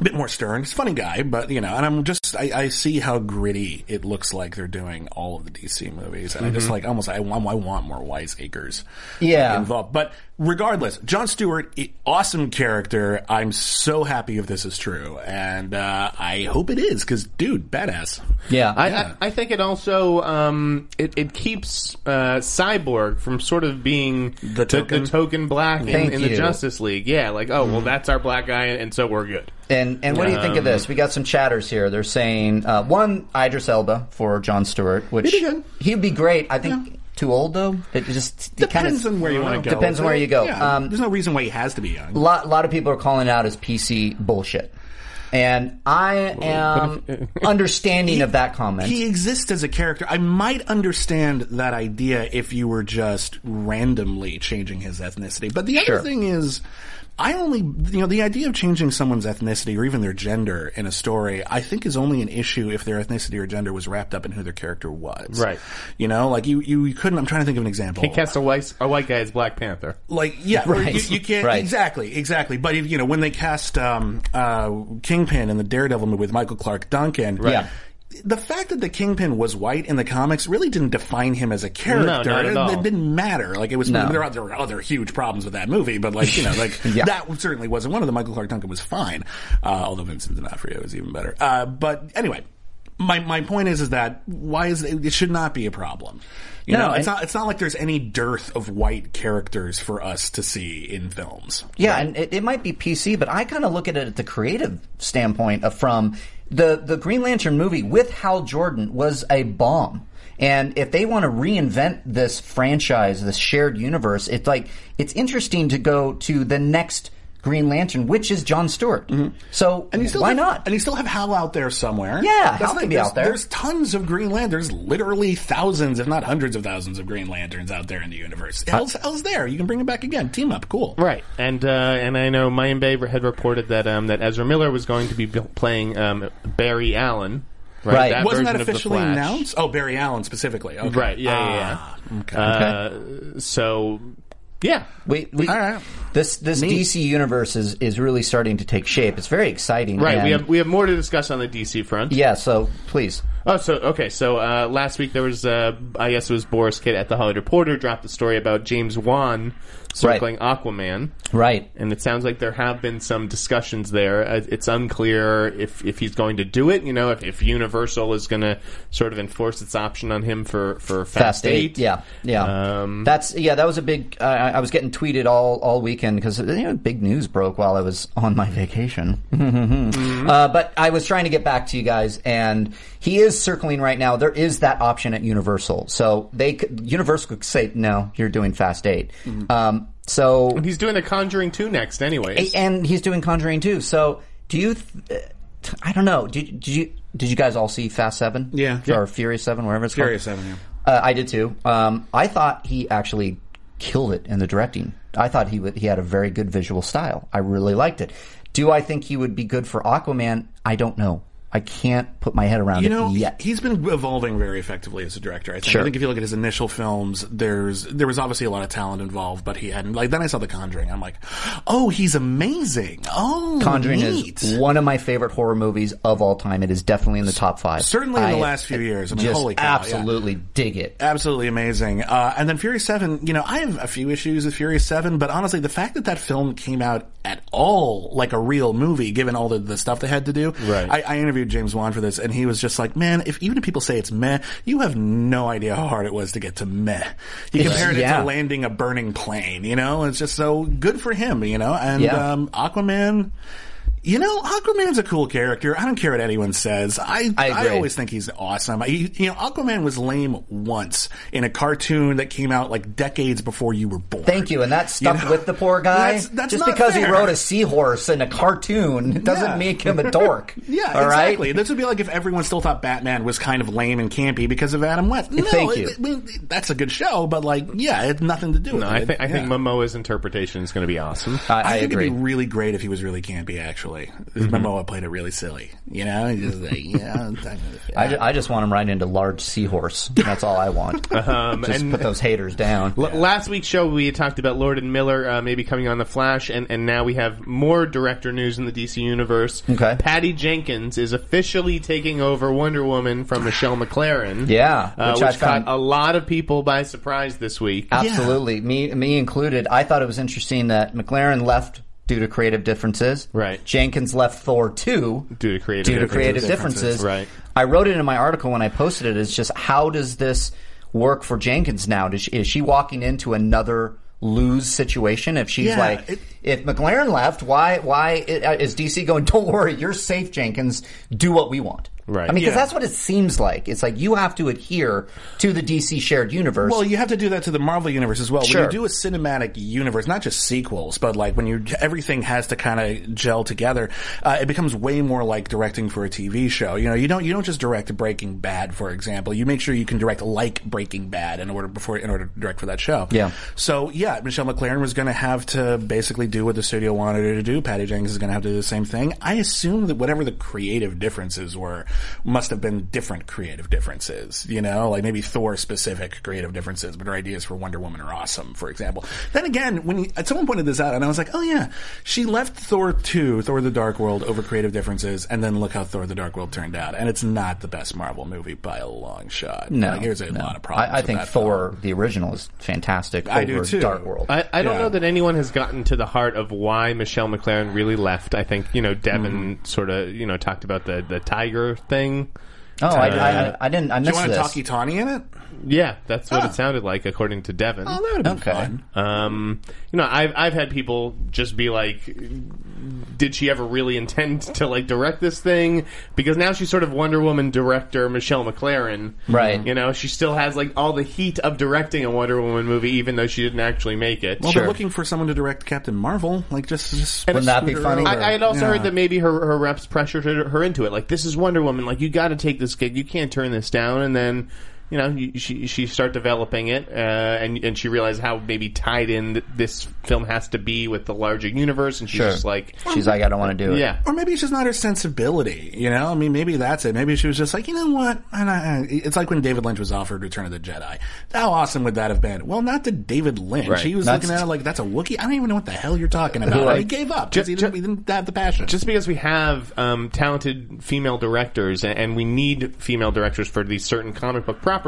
A bit more stern. He's a funny guy, but you know, and I'm just, I, I see how gritty it looks like they're doing all of the DC movies. And I just like, almost, I want, I want more wiseacres
Mm-hmm. Yeah.
involved involved. But regardless, John Stewart, i- awesome character. I'm so happy if this is true, and uh, I hope it is because, dude, badass.
yeah,
I, I I think it also um, it, it keeps uh, Cyborg from sort of being the
token?
the, token black in,
Thank
in the
you. Mm.
Justice League. Yeah, like oh well, that's our black guy, and so we're good.
And and what do you think of this? We got some chatters here. They're saying uh, one Idris Elba for John Stewart, which
He'd be good.
he'd be great. I think too old though. It just it kinda-
Depends on where you want to go.
Depends on
with
where
it.
you go.
Yeah,
Um,
there's no reason why he has to be young.
a lot, lot of people are calling out as PC bullshit, and I am understanding of that comment.
uh, He exists as a character. I might understand that idea if you were just randomly changing his ethnicity. But the other
Sure.
thing is, I only, you know, the idea of changing someone's ethnicity or even their gender in a story, I think is only an issue if their ethnicity or gender was wrapped up in who their character was.
Right.
You know, like you, you, couldn't, I'm trying to think of an example.
He cast a white a white guy as Black Panther.
like yeah, or
Right.
you, you can't
Right.
exactly, exactly. But if, you know when they cast um, uh, Kingpin in the Daredevil movie with Michael Clark Duncan,
Yeah.
The fact that the Kingpin was white in the comics really didn't define him as a character.
not at all.
It, it didn't matter. Like it was there, are, there were other huge problems with that movie, but like you know, like
Yeah.
that certainly wasn't one of them. Michael Clark Duncan was fine, uh, although Vincent D'Onofrio is even better. Uh, but anyway. My, my point is is that why is it, it should not be a problem. You
No,
know, it's
and-
not it's not like there's any dearth of white characters for us to see in films.
Yeah, and it, it might be PC, but I kind of look at it at the creative standpoint of from the the Green Lantern movie with Hal Jordan was a bomb. And if they want to reinvent this franchise, this shared universe, it's like it's interesting to go to the next Green Lantern, which is John Stewart. So
Mm-hmm. And you still
why
have,
not?
And you still have Hal out there somewhere.
Yeah, Hal
the
could
thing,
be
there's-
out there.
There's tons of Green Lanterns. Literally thousands, if not hundreds of thousands, of Green Lanterns out there in the universe. Hal's, Hal's there. You can bring him back again. Team up. Cool.
Right, and uh, and I know Mayim Bay had reported that um, that Ezra Miller was going to be b- playing um, Barry Allen. Right,
Right.
version
Wasn't that
of The
officially
Flash.
announced? Oh, Barry Allen specifically. Okay. Ah.
Right, yeah, yeah, yeah.
Okay.
Uh, so, yeah,
We, we,
All right.
This this DC universe is, is really starting to take shape. It's very exciting.
right. we
and-
have we have more to discuss on the DC front.
yeah. So please,
Oh, so okay. So uh, last week there was, uh, I guess it was Boris Kidd at the Hollywood Reporter dropped the story about James Wan circling Aquaman,
right?
and it sounds like there have been some discussions there. Uh, It's unclear if, if he's going to do it. You know, if, if Universal is going to sort of enforce its option on him for for Fast, Eight.
Yeah, yeah.
Um,
That's yeah. That was a big. I I I was getting tweeted all all weekend because you know, big news broke while I was on my vacation.
Mm-hmm.
uh, but I was trying to get back to you guys, and he is circling right now. There is that option at Universal, so they could, Universal could say no. You're doing Fast 8
Mm-hmm.
Um, so
he's doing The Conjuring two next, anyways.
A- and he's doing Conjuring too. So do you? Th- uh, I don't know. Did, did you? Did you guys all see Fast Seven?
Yeah.
or Furious Seven, wherever it's
Furious
called.
7, yeah.
Uh, I did too. Um, I thought he actually killed it in the directing. I thought he would, he had a very good visual style. I really liked it. Do I think he would be good for Aquaman? I don't know. I can't put my head around
You
it
know,
yet.
he's been evolving very effectively as a director. I think.
Sure.
I think if you look at his initial films, there's there was obviously a lot of talent involved, but he hadn't. Like then I saw The Conjuring. I'm like, oh, he's amazing. Oh,
Conjuring
neat.
is one of my favorite horror movies of all time. It is definitely in the top five.
Certainly in the
I
last few years. I mean,
just
holy cow, yeah.
absolutely dig it.
Absolutely amazing. Uh, and then Fury 7, you know, I have a few issues with Fury 7, but honestly, the fact that that film came out at all like a real movie, given all the, the stuff they had to do.
Right.
I, I interviewed James Wan for this, and he was just like, man, if even if people say it's meh, you have no idea how hard it was to get to meh. He compared it
yeah.
to landing a burning plane, you know? It's just so good for him, you know? And
Yeah.
um, Aquaman. You know, Aquaman's a cool character. I don't care what anyone says. I
I agree.
always think he's awesome. He, you know, Aquaman was lame once in a cartoon that came out like decades before you were born.
Thank you, and that stuck
know?
with the poor guy.
That's- that's
Just
not
because he
fair.
rode a seahorse in a cartoon doesn't
Yeah.
make him a dork.
Yeah,
all right.
exactly. This would be like if everyone still thought Batman was kind of lame and campy because of Adam West. No,
Thank you.
it- it- that's a good show, but like, yeah, it's nothing to do with
No,
it.
I think I think
Yeah.
Momoa's interpretation is going to be awesome.
I, I
think
agree.
it'd be really great if he was really campy. Actually,
Mm-hmm.
Momoa played it really silly. You know, he's just like, yeah, I'm talking to the fan.
I, ju- I just want him riding into large seahorse. That's all I want. just put those haters down.
L- Last week's show, we had talked about Lord and Miller uh, maybe coming on The Flash, and, and now we have more director news in the DC universe.
Okay.
Patty Jenkins is officially taking over Wonder Woman from Michelle McLaren.
Yeah,
uh,
which
which,
I found-
caught a lot of people by surprise this week.
Absolutely, me me included. I thought it was interesting that McLaren left due to creative differences.
Right.
Jenkins left Thor two
Due to creative
due to
differences.
creative differences.
Right.
I wrote it in my article when I posted it. It's just how does this work for Jenkins now? Does she, is she walking into another lose situation if she's
Yeah,
like
it-
if McLaren left? Why why i- is DC going? Don't worry, you're safe, Jenkins. Do what we want.
Right.
I mean, because
Yeah.
that's what it seems like. It's like you have to adhere to the DC shared universe.
Well, you have to do that to the Marvel universe as well.
Sure.
When you do a cinematic universe, not just sequels, but like when you everything has to kind of gel together, uh, it becomes way more like directing for a TV show. You know, you don't you don't just direct Breaking Bad, for example. You make sure you can direct like Breaking Bad in order before in order to direct for that show.
Yeah.
So yeah, Michelle McLaren was going to have to basically do what the studio wanted her to do. Patty Jenkins is going to have to do the same thing. I assume that whatever the creative differences were must have been different creative differences. You know, like maybe Thor specific creative differences, but her ideas for Wonder Woman are awesome, for example. Then again, when you, at someone pointed this out, and I was like, oh yeah, she left Thor two, Thor the Dark World over creative differences, and then look how Thor the Dark World turned out, and it's not the best Marvel movie by a long shot.
No,
like, here's a
no.
lot of problems.
I, I
with
think
that
Thor, the original, is fantastic.
I do
over
too.
Dark World.
I, I don't
Yeah.
know that anyone has gotten to the heart of why Michelle McLaren really left. I think, you know, Devin sort of, you know, talked about the, the tiger thing.
oh, I, I, I didn't. I
Do you
missed
want to
this.
talk Itani in it?
Yeah, that's what it sounded like, according to Devin.
Oh, that would have been
Okay.
fun.
Um, you know, I've I've had people just be like, "Did she ever really intend to like direct this thing?" Because now she's sort of Wonder Woman director Michelle McLaren,
Right.
You know, she still has like all the heat of directing a Wonder Woman movie, even though she didn't actually make it.
Well, they're looking for someone to direct Captain Marvel. Like, just, just
Wouldn't that be funny?
I, I had also
Yeah.
heard that maybe her, her reps pressured her, her into it. Like, this is Wonder Woman. Like, you got to take this gig. You can't turn this down. And then, you know, you, she she start developing it, uh, and and she realized how maybe tied in th- this film has to be with the larger universe. And she's
Sure.
just like,
She's like, I don't want to do it.
yeah,
or maybe it's just not her sensibility. You know, I mean, maybe that's it. Maybe she was just like, you know what? And I, I- it's like when David Lynch was offered Return of the Jedi. How awesome would that have been? Well, not to David Lynch.
Right.
He was
That's-
looking at it like that's a Wookiee. I don't even know what the hell you're talking about.
Who,
Or he
like-
gave up because he, didn't- he didn't have the passion.
just because we have um, talented female directors and, and we need female directors for these certain comic book properties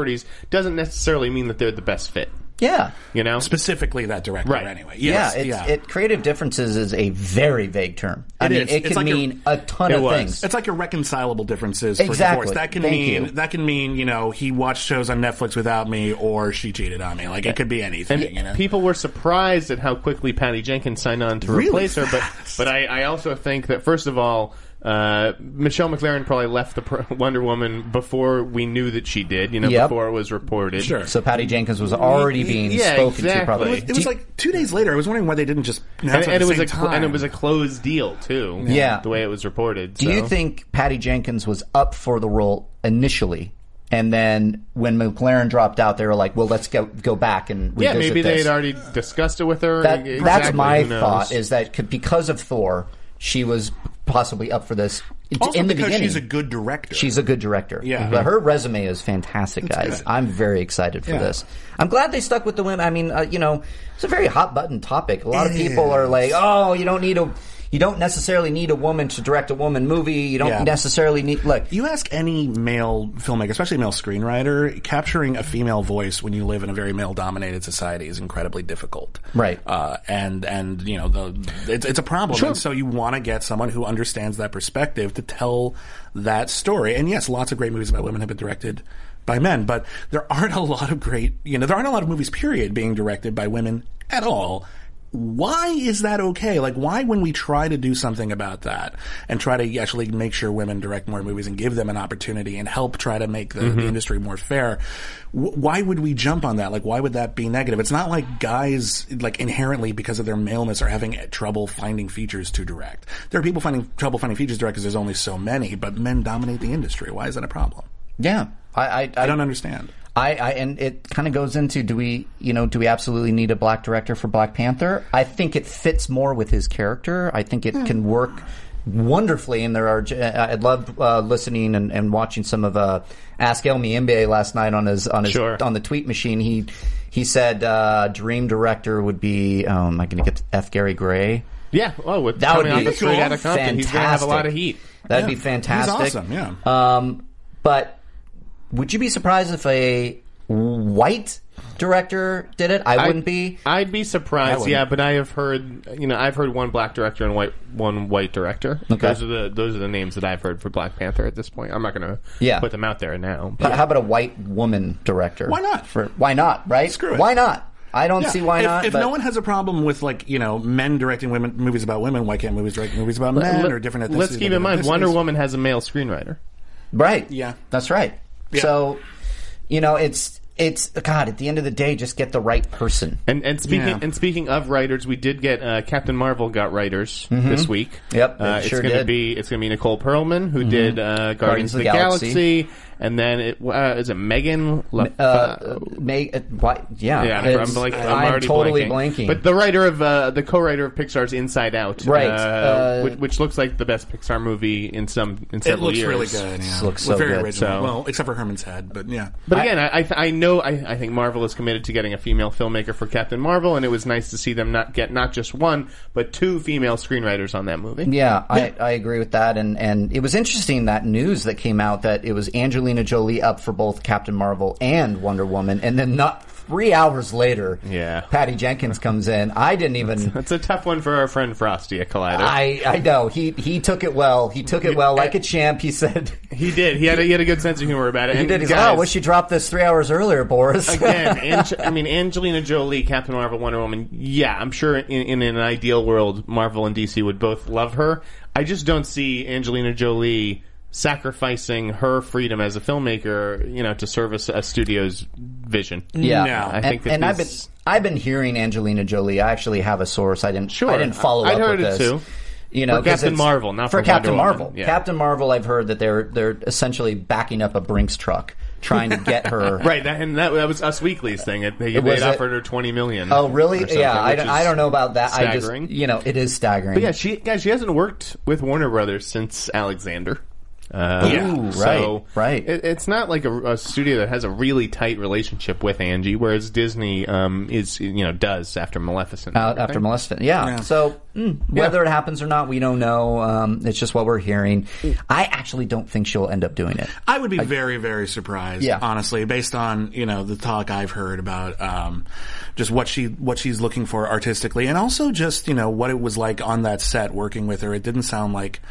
doesn't necessarily mean that they're the best fit.
Yeah.
You know,
specifically that director,
Right.
anyway. Yes,
yeah, it's,
yeah.
It, creative differences is a very vague term. I
It
mean,
is.
it
It's
can
like your-
mean a ton
It
of
was.
things.
It's like irreconcilable differences for
Exactly.
divorce. That can
Thank
mean
you.
that can mean you know he watched shows on Netflix without me, or she cheated on me. Like it could be anything.
And
you know?
people were surprised at how quickly Patty Jenkins signed on to replace her. But but I, I also think that first of all, uh, Michelle McLaren probably left the pro- Wonder Woman before we knew that she did. You know,
Yep.
before it was reported.
Sure.
So Patty Jenkins was already being
Yeah,
spoken to,
exactly.
probably.
It was-
it was like two days later. I was wondering why they didn't just
And,
announce
and it
at the
was
same
a cl-
time.
and it was a closed deal too.
Yeah.
the way it was reported.
Do you
so.
think Patty Jenkins was up for the role initially? And then when McLaren dropped out, they were like, "Well, let's go go back and
Yeah,
revisit
maybe they
this.
had already discussed it with her.
That,
Exactly,
That's my
who knows?
thought is that could, because of Thor, she was possibly up for this It's
also
in the
because
beginning.
she's a good director.
She's a good director.
Yeah.
But her resume is fantastic, guys.
good.
I'm very excited for
Yeah.
this. I'm glad they stuck with the women. I mean, uh, you know, it's a very hot button topic. A lot of
It
people are
is.
like, "Oh, you don't need a you don't necessarily need a woman to direct a woman movie. You don't
Yeah.
necessarily need look.
you ask any male filmmaker, especially male screenwriter, capturing a female voice when you live in a very male-dominated society is incredibly difficult.
Right.
Uh, and and you know the it's, it's a problem. And so you want to get someone who understands that perspective to tell that story. And yes, lots of great movies about women have been directed by men, but there aren't a lot of great you know there aren't a lot of movies period being directed by women at all why is that okay? Like, why when we try to do something about that and try to actually make sure women direct more movies and give them an opportunity and help try to make the, the industry more fair, w- why would we jump on that? Like, why would that be negative? It's not like guys, like, inherently because of their maleness are having trouble finding features to direct. There are people finding trouble finding features to direct because there's only so many, but men dominate the industry. Why is that a problem?
Yeah. I I,
I don't understand.
I, I and it kind of goes into do we you know do we absolutely need a black director for Black Panther? I think it fits more with his character. I think it can work wonderfully. And there are I I loved uh, listening and, and watching some of uh, Ask El Miembe last night on his on his
Sure.
on the tweet machine. He he said uh, dream director would be oh, am I going to get F Gary Gray?
Yeah, well, with
That would
coming off
be
the straight out of Compton,
fantastic.
he's going to have a lot of heat.
That'd
Yeah.
be fantastic.
He's awesome, yeah.
Um, but would you be surprised if a white director did it? I, wouldn't be.
I'd be surprised,
wouldn't.
yeah, but I have heard, you know, I've heard one black director and white one white director. Those are the those are the names that I've heard for Black Panther at this point. I'm not going to
Yeah.
put them out there now.
But
But
how about a white woman director?
Why not?
For why not? Right?
Screw it.
Why not? I don't
Yeah.
see why
if,
not.
If
but
no one has a problem with like you know men directing women movies about women, why can't movies direct movies about men
Let-
or different? ethnicities
let's keep
or
in mind,
different
Wonder
ethnicities?
Woman has a male screenwriter.
right?
Yeah.
that's right.
Yeah.
So, you know, it's it's God. At the end of the day, just get the right person.
And and speaking
Yeah.
and speaking of writers, we did get uh, Captain Marvel got writers this week.
Mm-hmm. Yep, they
uh, it's
sure
going to
did. Mm-hmm.
be it's going to be Nicole Perlman who did uh, Guardians, of the, Galaxy. and then it uh, is it Megan La-
Uh, may, uh, why, yeah,
Yeah, I'm,
it's-
I'm, like, I'm,
I'm
already
totally
blanking.
blanking.
But the writer of uh, the co-writer of Pixar's Inside Out,
Right,
uh,
uh,
which, which looks like the best Pixar movie in some in
It
several
looks
years.
really good. Yeah.
looks so
Well, very
good,
original.
so-
Well, except for Herman's head, but yeah.
But again, I I, th- I know I, I think Marvel is committed to getting a female filmmaker for Captain Marvel, and it was nice to see them not get not just one but two female screenwriters on that movie.
Yeah, I, I agree with that. And, and it was interesting that news that came out that it was Angelina Jolie up for both Captain Marvel and Wonder Woman, and then not three hours later,
Yeah.
Patty Jenkins comes in. I didn't even.
It's a tough one for our friend Frosty at Collider.
I I know he he took it well. He took it well like a champ. He said
he did. He had a, he had a good sense of humor about it.
he
And
did. He's
guys,
like, oh, wish you dropped this three hours earlier, Boris.
again, Ange- I mean, Angelina Jolie, Captain Marvel, Wonder Woman. Yeah, I'm sure in, in an ideal world, Marvel and DC would both love her. I just don't see Angelina Jolie sacrificing her freedom as a filmmaker, you know, to service a studio's vision.
Yeah,
No.
I
and,
think that
and I've been
these-
I've been hearing Angelina Jolie. I actually have a source. I didn't.
Sure.
I didn't follow
I- I'd
up
heard
with
it
this.
too.
You know,
For
'cause
Captain
it's-
Marvel, not
for
for
Captain
Wonder Woman.
Marvel.
Yeah.
Captain Marvel. I've heard that they're they're essentially backing up a Brinks truck, trying to get her.
Right, that, and that, that was Us Weekly's thing. It, they
was
they'd
a-
offered her twenty million.
Oh, really?
or something,
Yeah, I,
which
don't-
is
I don't know about that. I
staggering.
just you know it is staggering.
But yeah, she guys, she hasn't worked with Warner Brothers since Alexander. Uh,
Yeah. Ooh,
so
right, right.
It, it's not like a, a studio that has a really tight relationship with Angie, whereas Disney um, is you know does after Maleficent. and
out
everything.
after Maleficent. Yeah. So mm, whether it happens or not, we don't know. Um, it's just what we're hearing.
Hmm.
I actually don't think she'll end up doing it.
I would be very, very surprised,
Yeah.
honestly, based on you know the talk I've heard about um, just what she what she's looking for artistically, and also just you know what it was like on that set working with her. It didn't sound like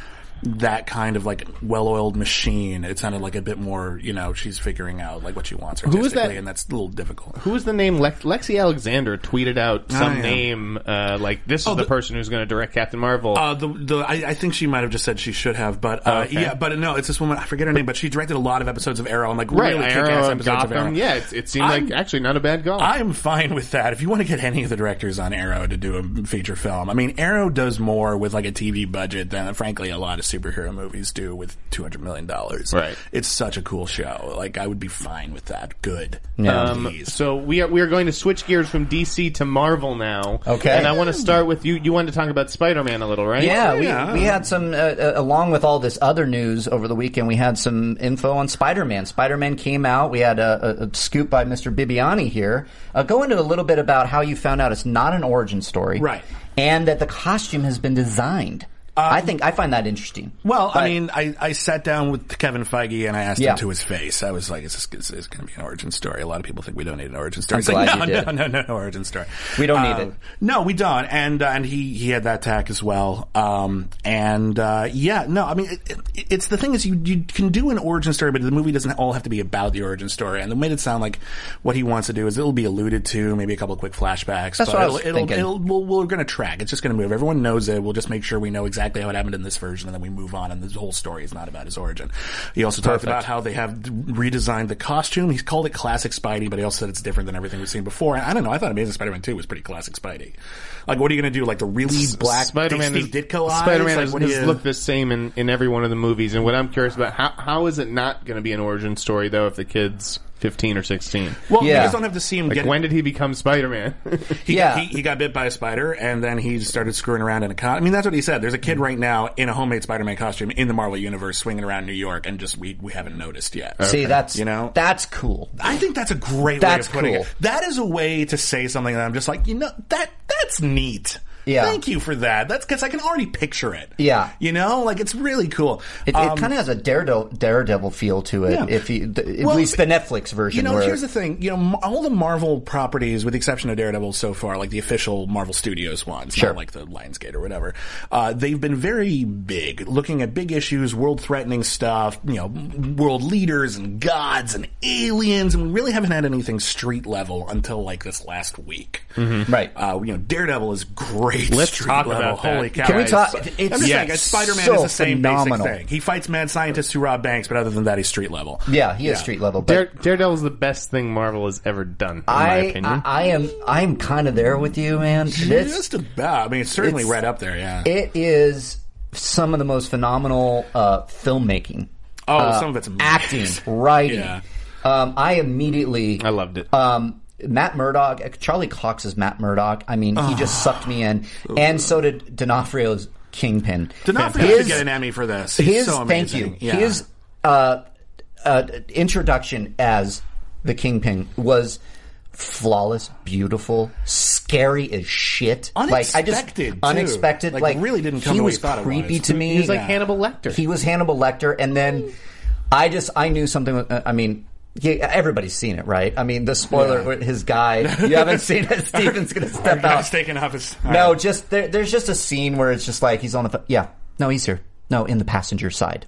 that kind of like well-oiled machine. It sounded like a bit more, you know, she's figuring out like what she wants
was
artistically,
that-
and that's a little difficult.
Who was the name? Lex- Lexi Alexander tweeted out some
yeah.
name uh, like this is the, person who's going to direct Captain Marvel.
Oh, Uh, the the I, I think she might have just said she should have, but uh,
Okay.
yeah, but no, it's this woman. I forget her name, but she directed a lot of episodes of Arrow and like
right,
really
Arrow
kick-ass
and
episodes of Arrow.
Gotham. Yeah, it, it seemed
I'm-
like actually not a bad call.
I'm fine with that. If you want to get any of the directors on Arrow to do a feature film, I mean, Arrow does more with like a TV budget than, frankly, a lot of superhero movies do with two hundred million dollars.
Right.
It's such a cool show. Like, I would be fine with that. Good.
Um,
Please.
so we are we are going to switch gears from DC to Marvel now.
Okay.
and I want to start with you. You wanted to talk about Spider Man a little, right?
Yeah, we, we had some, uh, uh, along with all this other news over the weekend, we had some info on Spider Man. Spider Man came out. We had a, a, a scoop by Mr. Bibiani here. Uh, go into a little bit about how you found out it's not an origin story.
Right.
And that the costume has been designed. I think I find that interesting.
Um, Well,
But-
I mean, I, I sat down with Kevin Feige and I asked
Yeah.
him to his face. I was like, "Is this, is this going to be an origin story?" A lot of people think we don't need an origin story. It's
glad
like,
you
no,
did.
no, no, no, no origin story.
We don't need
Um,
it.
No, we don't. And uh, and he he had that tack as well. Um, and uh, yeah, no, I mean, it, it, it's the thing is you you can do an origin story, but the movie doesn't all have to be about the origin story. And the made it sound like what he wants to do is it'll be alluded to, maybe a couple of quick flashbacks.
That's
but
what I was
it'll, it'll,
thinking.
it'll we'll, we're going to track. It's just going to move. Everyone knows it. We'll just make sure we know exactly how it happened in this version, and then we move on. And the whole story is not about his origin. He also talked about how they have redesigned the costume. He's called it classic Spidey, but he also said it's different than everything we've seen before. And I don't know. I thought Amazing Spider-Man Two was pretty classic Spidey. Like, what are you going to do? Like the really black
Spider-Man
Steve
is,
Ditko eyes?
Spider-Man
Like,
has,
what do
has
you-
looked the same in, in every one of the movies, and what I'm curious about how how is it not going to be an origin story though if the kid's 15 or 16?
Well,
Yeah.
you just don't have to see him
like
get
when did he become Spider-Man?
He,
Yeah.
he, he got bit by a spider, and then he started screwing around in a con. I mean, that's what he said. There's a
Mm.
kid right now in a homemade Spider-Man costume in the Marvel universe, swinging around New York, and just we we haven't noticed yet.
see, that's,
you know?
that's cool.
I think that's a great
That's
way of putting
cool.
it. That is a way to say something that I'm just like, you know, that that's neat.
Yeah.
Thank you for that. That's because I can already picture it.
Yeah.
You know, like it's really cool.
It, it kind of has a daredevil, daredevil feel to it,
Um, Yeah.
if you, the, at
Well,
least the Netflix version.
You know,
where,
here's the thing. You know, m- all the Marvel properties, with the exception of Daredevil so far, like the official Marvel Studios ones,
Sure.
not like the Lionsgate or whatever, uh, they've been very big, looking at big issues, world-threatening stuff. You know, m- world leaders and gods and aliens, and we really haven't had anything street level until like this last week.
Right.
Uh, you know, Daredevil is great.
Let's
street
talk
level.
about that.
Holy cow!
Can we
guys.
talk-
I'm
it's-
just
Yes.
saying, guys, Spider-Man
so
is the same
phenomenal.
basic thing. He fights mad scientists who rob banks, but other than that, he's street level.
yeah, he is street level. But
Dare, Daredevil's the best thing Marvel has ever done, in my
I, I,
opinion.
I am, I am kind of there with you, man. This,
Just about. I mean, it's certainly
it's-
right up there. Yeah.
It is some of the most phenomenal uh, filmmaking, Uh,
oh, some of it's amazing.
acting, writing.
Yeah.
Um, I immediately
I loved it.
Uh,
um, Matt Murdock, Charlie Cox's Matt Murdock. I mean, he
Ah.
just sucked me in, and so did D'Onofrio's Kingpin.
D'Onofrio
His-
should get an Emmy for this. He's
his
so
thank
amazing.
you.
Yeah.
His uh, uh, introduction as the Kingpin was flawless, beautiful, scary as shit.
Unexpected,
like
too.
I just unexpected.
Like,
Like
really didn't come
He
the way
was
you thought it
creepy
was.
to me.
He was like Hannibal Lecter.
He was Hannibal Lecter, and then I just I knew something. was- I mean. Yeah, everybody's seen it, right? I mean, the spoiler, his guy, you haven't seen it. Steven's going to step out.
Guy's taking off his.
No, just there, there's just a scene where it's just like he's on the pho- yeah. No, he's here. No, in the passenger side.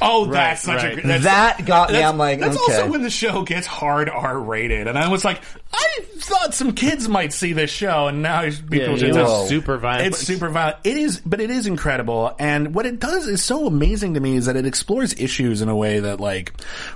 Oh, that's such
right.
a. That's,
that got me. I'm like,
that's
okay.
also when the show gets hard R rated, and I was like, I thought some kids might see this show, and now it's- people
it
just
was
Whoa.
super violent.
It's super violent. It is, but it is incredible. And what it does is so amazing to me is that it explores issues in a way that, like,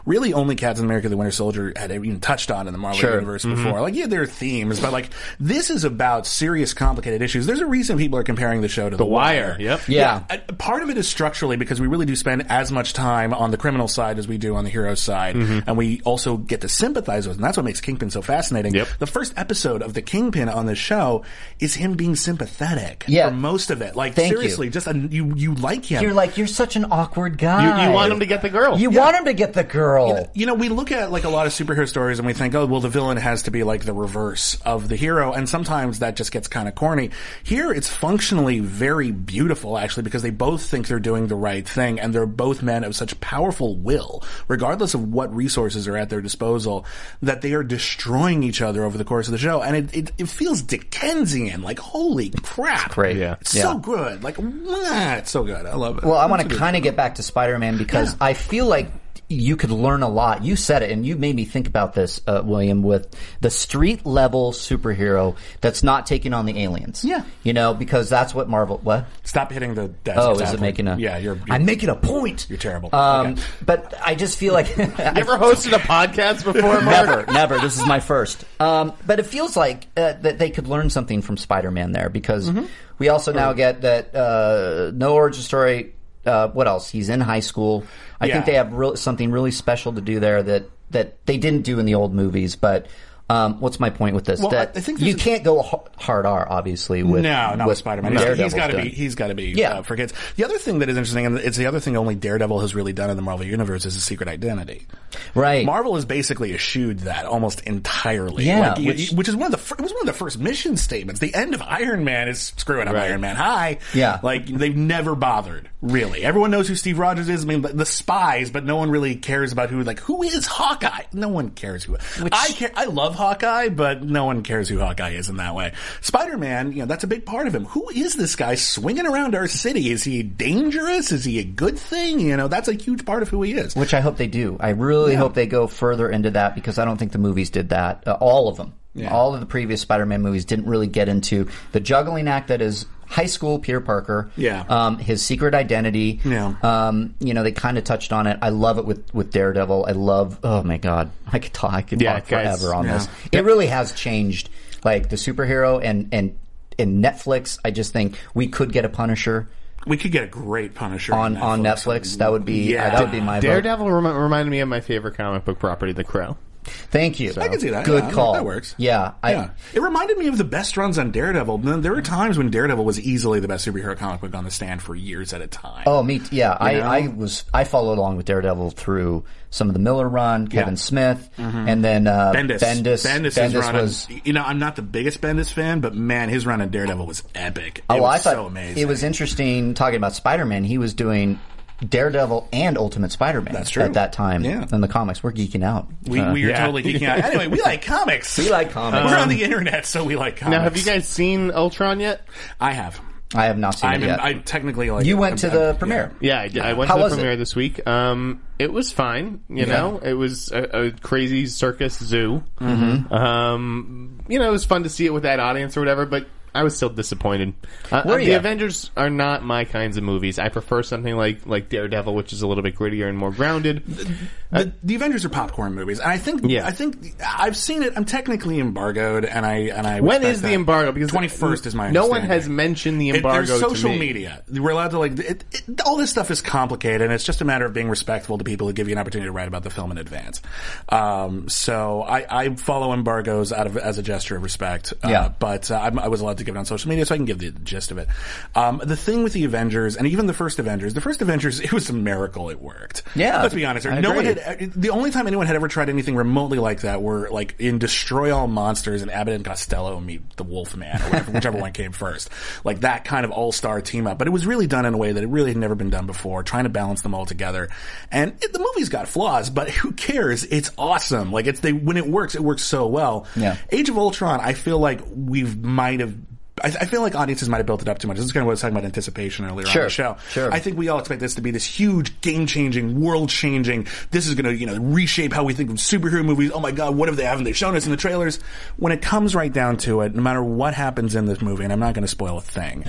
really only Captain America: The Winter Soldier had even touched on in the Marvel
Sure. Mm-hmm.
universe before. Like, yeah, there are themes, but like, this is about serious, complicated issues. There's a reason people are comparing the show to The,
Wire. Yep.
yeah.
uh, Part of it is structurally because we really do spend as much time on the criminal side as we do on the hero side,
Mm-hmm.
and we also get to sympathize with. And that's what makes Kingpin so fascinating.
Yep.
The first episode of the Kingpin on this show is him being sympathetic
Yeah.
for most of it. Like
Thank you.
seriously, just a, you you like him.
You're like, you're such an awkward guy.
You, you want him to get the girl.
You want him to get the girl.
you know, we look at like a lot of superhero stories and we think, oh, well, the villain has to be like the reverse of the hero. And sometimes that just gets kind of corny. Here, it's functionally very beautiful, actually, because they both think they're doing the right thing and they're both men of such powerful will, regardless of what resources are at their disposal, that they are destroying each other over the course of the show. And it, it, it feels Dickensian. Like, holy crap.
great. Yeah.
It's
Yeah.
so good. Like, mwah, it's so good. I love it.
Well, I want to kind of get back to Spider Man because I feel like you could learn a lot. You said it, and you made me think about this, uh, William, with the street level superhero that's not taking on the aliens.
Yeah.
You know, because that's what Marvel. What?
Stop hitting the desk.
Oh,
It's
is it
happening.
making a?
Yeah, you're. you're
I'm making a point.
You're terrible.
Um,
Okay.
But I just feel like
You ever hosted a podcast before, Mark?
never, never. This is my first. Um, but it feels like uh, that they could learn something from Spider-Man there because
Mm-hmm.
we also now get that uh, no origin story. Uh, what else? He's in high school. I
Yeah.
think they have real, something really special to do there that that they didn't do in the old movies, but. Um, what's my point with this?
Well,
that
I- I think
you
there's a-
can't go ha- hard R, obviously. With
no, not
with
with Spider-Man. He's- he's
Daredevil's
got to be.
doing.
He's got to be.
Yeah.
uh, for kids. The other thing that is interesting, and it's the other thing only Daredevil has really done in the Marvel universe, is a secret identity.
right.
Marvel has basically eschewed that almost entirely.
Yeah,
Like, you-
which-
you- which is one of the fir- it was one of the first mission statements. The end of Iron Man is screwing up Iron Man. Hi.
Yeah.
like they've never bothered really. Everyone knows who Steve Rogers is. I mean, the, the spies, but no one really cares about who. Like, who is Hawkeye? No one cares who. I care. I love Hawkeye, but no one cares who Hawkeye is in that way. Spider Man, you know, that's a big part of him. Who is this guy swinging around our city? Is he dangerous? Is he a good thing? You know, that's a huge part of who he is.
Which I hope they do. I really hope they go further into that because I don't think the movies did that. Uh, all of them. All of the previous Spider-Man movies didn't really get into the juggling act that is high school Peter Parker.
Yeah.
Um, his secret identity.
Yeah.
Um, you know, they kind of touched on it. I love it with, with Daredevil. I love, oh my God, I could talk, I could
Yeah,
talk
guys.
forever on this. It really has changed, like the superhero and, and, and Netflix. I just think we could get a Punisher
We could get a great Punisher
on, on Netflix. That would be,
Yeah.
uh, that would be my vote.
Daredevil rem- reminded me of my favorite comic book property, The Crow.
Thank you.
I can see that.
Good
Yeah,
call.
That works.
Yeah. I,
yeah. It reminded me of the best runs on Daredevil. Then There were times when Daredevil was easily the best superhero comic book on the stand for years at a time.
Oh, me. t- Yeah. I,
You know?
I was. I followed along with Daredevil through some of the Miller run, Kevin Smith, and then uh,
Mm-hmm. Bendis.
Bendis.
Bendis,
Bendis
run on-
was.
you know, I'm not the biggest Bendis fan, but man, his run on Daredevil was epic. It
Oh,
was
I thought
so amazing.
it was interesting talking about Spider Man. He was doing Daredevil and Ultimate Spider Man.
That's true.
At that time,
Yeah.
in the comics, we're geeking out.
We, we are
Yeah.
totally geeking out. Anyway, we like comics.
We like comics. Um,
We're on the internet, so we like comics.
Now, have you guys seen Ultron yet?
I have.
I have not seen
I'm,
it
in,
yet.
I technically like.
you went to
I'm-
the
I'm-
premiere.
Yeah, I, did. I went
How
to the
was it?
premiere this week. Um, it was fine. You know, it was a, a crazy circus zoo. Mm-hmm. Um, you know, it was fun to see it with that audience or whatever, but. I was still disappointed. Uh,
Were
uh,
ya?
the Avengers are not my kinds of movies. I prefer something like like Daredevil, which is a little bit grittier and more grounded. Uh,
the, Uh, the Avengers are popcorn movies, and I think
Yeah.
I think I've seen it. I'm technically embargoed, and I and I.
When is the embargo? Because
twenty first is my.
No one
understanding.
has mentioned the
It-
embargo.
there's
to
social
me.
media. We're allowed to like it, it, all this stuff is complicated, and it's just a matter of being respectful to people who give you an opportunity to write about the film in advance. Um, so I, I follow embargoes out of as a gesture of respect. Uh,
Yeah.
but uh, I'm, I was allowed to give it on social media, so I can give the gist of it. Um, the thing with the Avengers, and even the first Avengers, the first Avengers, it was a miracle it worked.
Yeah.
let's be honest. Here.
I
No one
agree.
had had the only time anyone had ever tried anything remotely like that were like in Destroy All Monsters and Abbott and Costello meet the Wolfman or whatever, whichever one came first. Like that kind of all star team up, but it was really done in a way that it really had never been done before. Trying to balance them all together, and it, the movie's got flaws, but who cares? It's awesome. Like it's they when it works, it works so well.
Yeah.
Age of Ultron, I feel like we might have. I, I feel like audiences might have built it up too much. This is kind of what I was talking about anticipation earlier on
Sure.
in the show.
Sure.
I think we all expect this to be this huge, game changing, world changing. This is going to you know reshape how we think of superhero movies. Oh my god, what have they haven't they shown us in the trailers? When it comes right down to it, no matter what happens in this movie, and I'm not going to spoil a thing.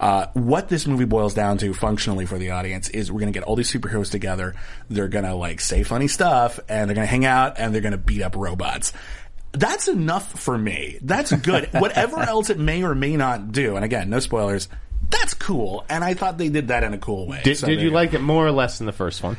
Uh, what this movie boils down to functionally for the audience is we're going to get all these superheroes together. They're going to like say funny stuff, and they're going to hang out, and they're going to beat up robots that's enough for me. That's good. Whatever else it may or may not do, and again, no spoilers. That's cool, and I thought they did that in a cool way.
Did,
So
did
there
you
go.
like it more or less than the first one?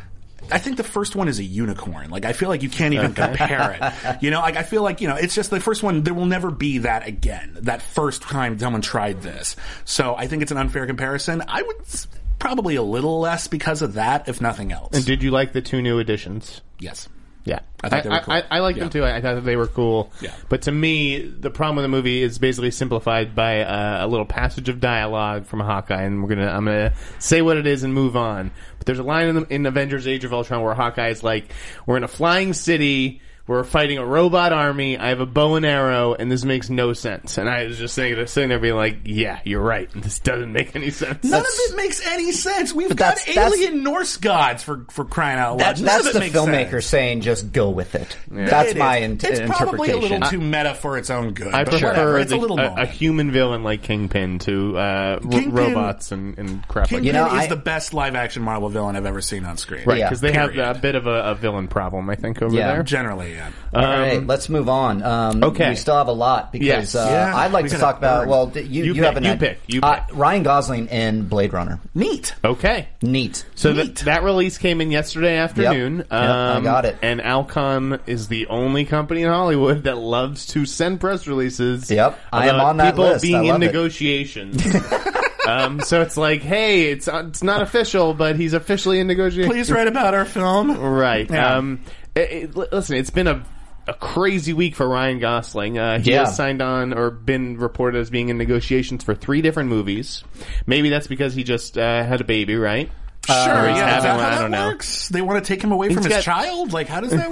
I think the first one is a unicorn. Like I feel like you can't even compare it. You know, like I feel like you know, it's just the first one. There will never be that again. That first time someone tried this, so I think it's an unfair comparison. I would s- probably a little less because of that, if nothing else.
Did you like the two new additions?
yes.
Yeah,
I thought they were cool.
I, I like
Yeah.
them too. I, I thought that they were cool.
Yeah.
But to me, the problem with the movie is basically simplified by uh, a little passage of dialogue from Hawkeye, and we're gonna I'm gonna say what it is and move on. But there's a line in, the, in Avengers: Age of Ultron where Hawkeye is like, "We're in a flying city." We're fighting a robot army. I have a bow and arrow, and this makes no sense. And I was just sitting there, sitting there being like, "Yeah, you're right. This doesn't make any sense."
None of it makes any sense. We've
But
got
that's- that's-
alien Norse gods for, for crying out loud.
That,
None
that's
of it
the
makes
filmmaker
sense.
saying just go with it. That's
It
my
is.
in- uh,
It's
interpretation.
probably a little too meta for its own good.
I
but
prefer
whatever. It's
the-
a little
a,
moment.
a human villain like Kingpin to uh, ro-
Kingpin-
robots and, and crap
Kingpin
like
You
that.
know,
is
I-
the best live action Marvel villain I've ever seen on screen.
Right,
Yeah.
because they have
Period.
a bit of a, a villain problem, I think, over
Yeah.
there.
Generally, yeah.
All right, let's move on. Um,
Okay.
we still have a lot because
Yes.
uh,
Yeah,
I'd like
we
to
gotta
talk about.
burn.
Well, th- you you,
You pick,
haven't
you
had-
pick, you
Uh,
pick.
Ryan Gosling in Blade Runner.
Neat.
Okay.
Neat.
So that, that release came in yesterday afternoon. um,
Yep, I got it.
And Alcon is the only company in Hollywood that loves to send press releases.
Yep, I am
about
on that
people
list.
being
I
in
love it.
negotiations. um, so it's like, hey, it's uh, it's not official, but he's officially in negotiations.
Please write about our film.
Right.
Yeah.
Um, it- it- li- listen, it's been a, a crazy week for Ryan Gosling. Uh, he
Yeah.
has signed on or been reported as being in negotiations for three different movies. Maybe that's because he just uh, had a baby, right?
sure,
he's
Uh, yeah.
having
Is that
one, I
how
don't
that
know.
works? They want to take him away from his
got-
child? Like, how does that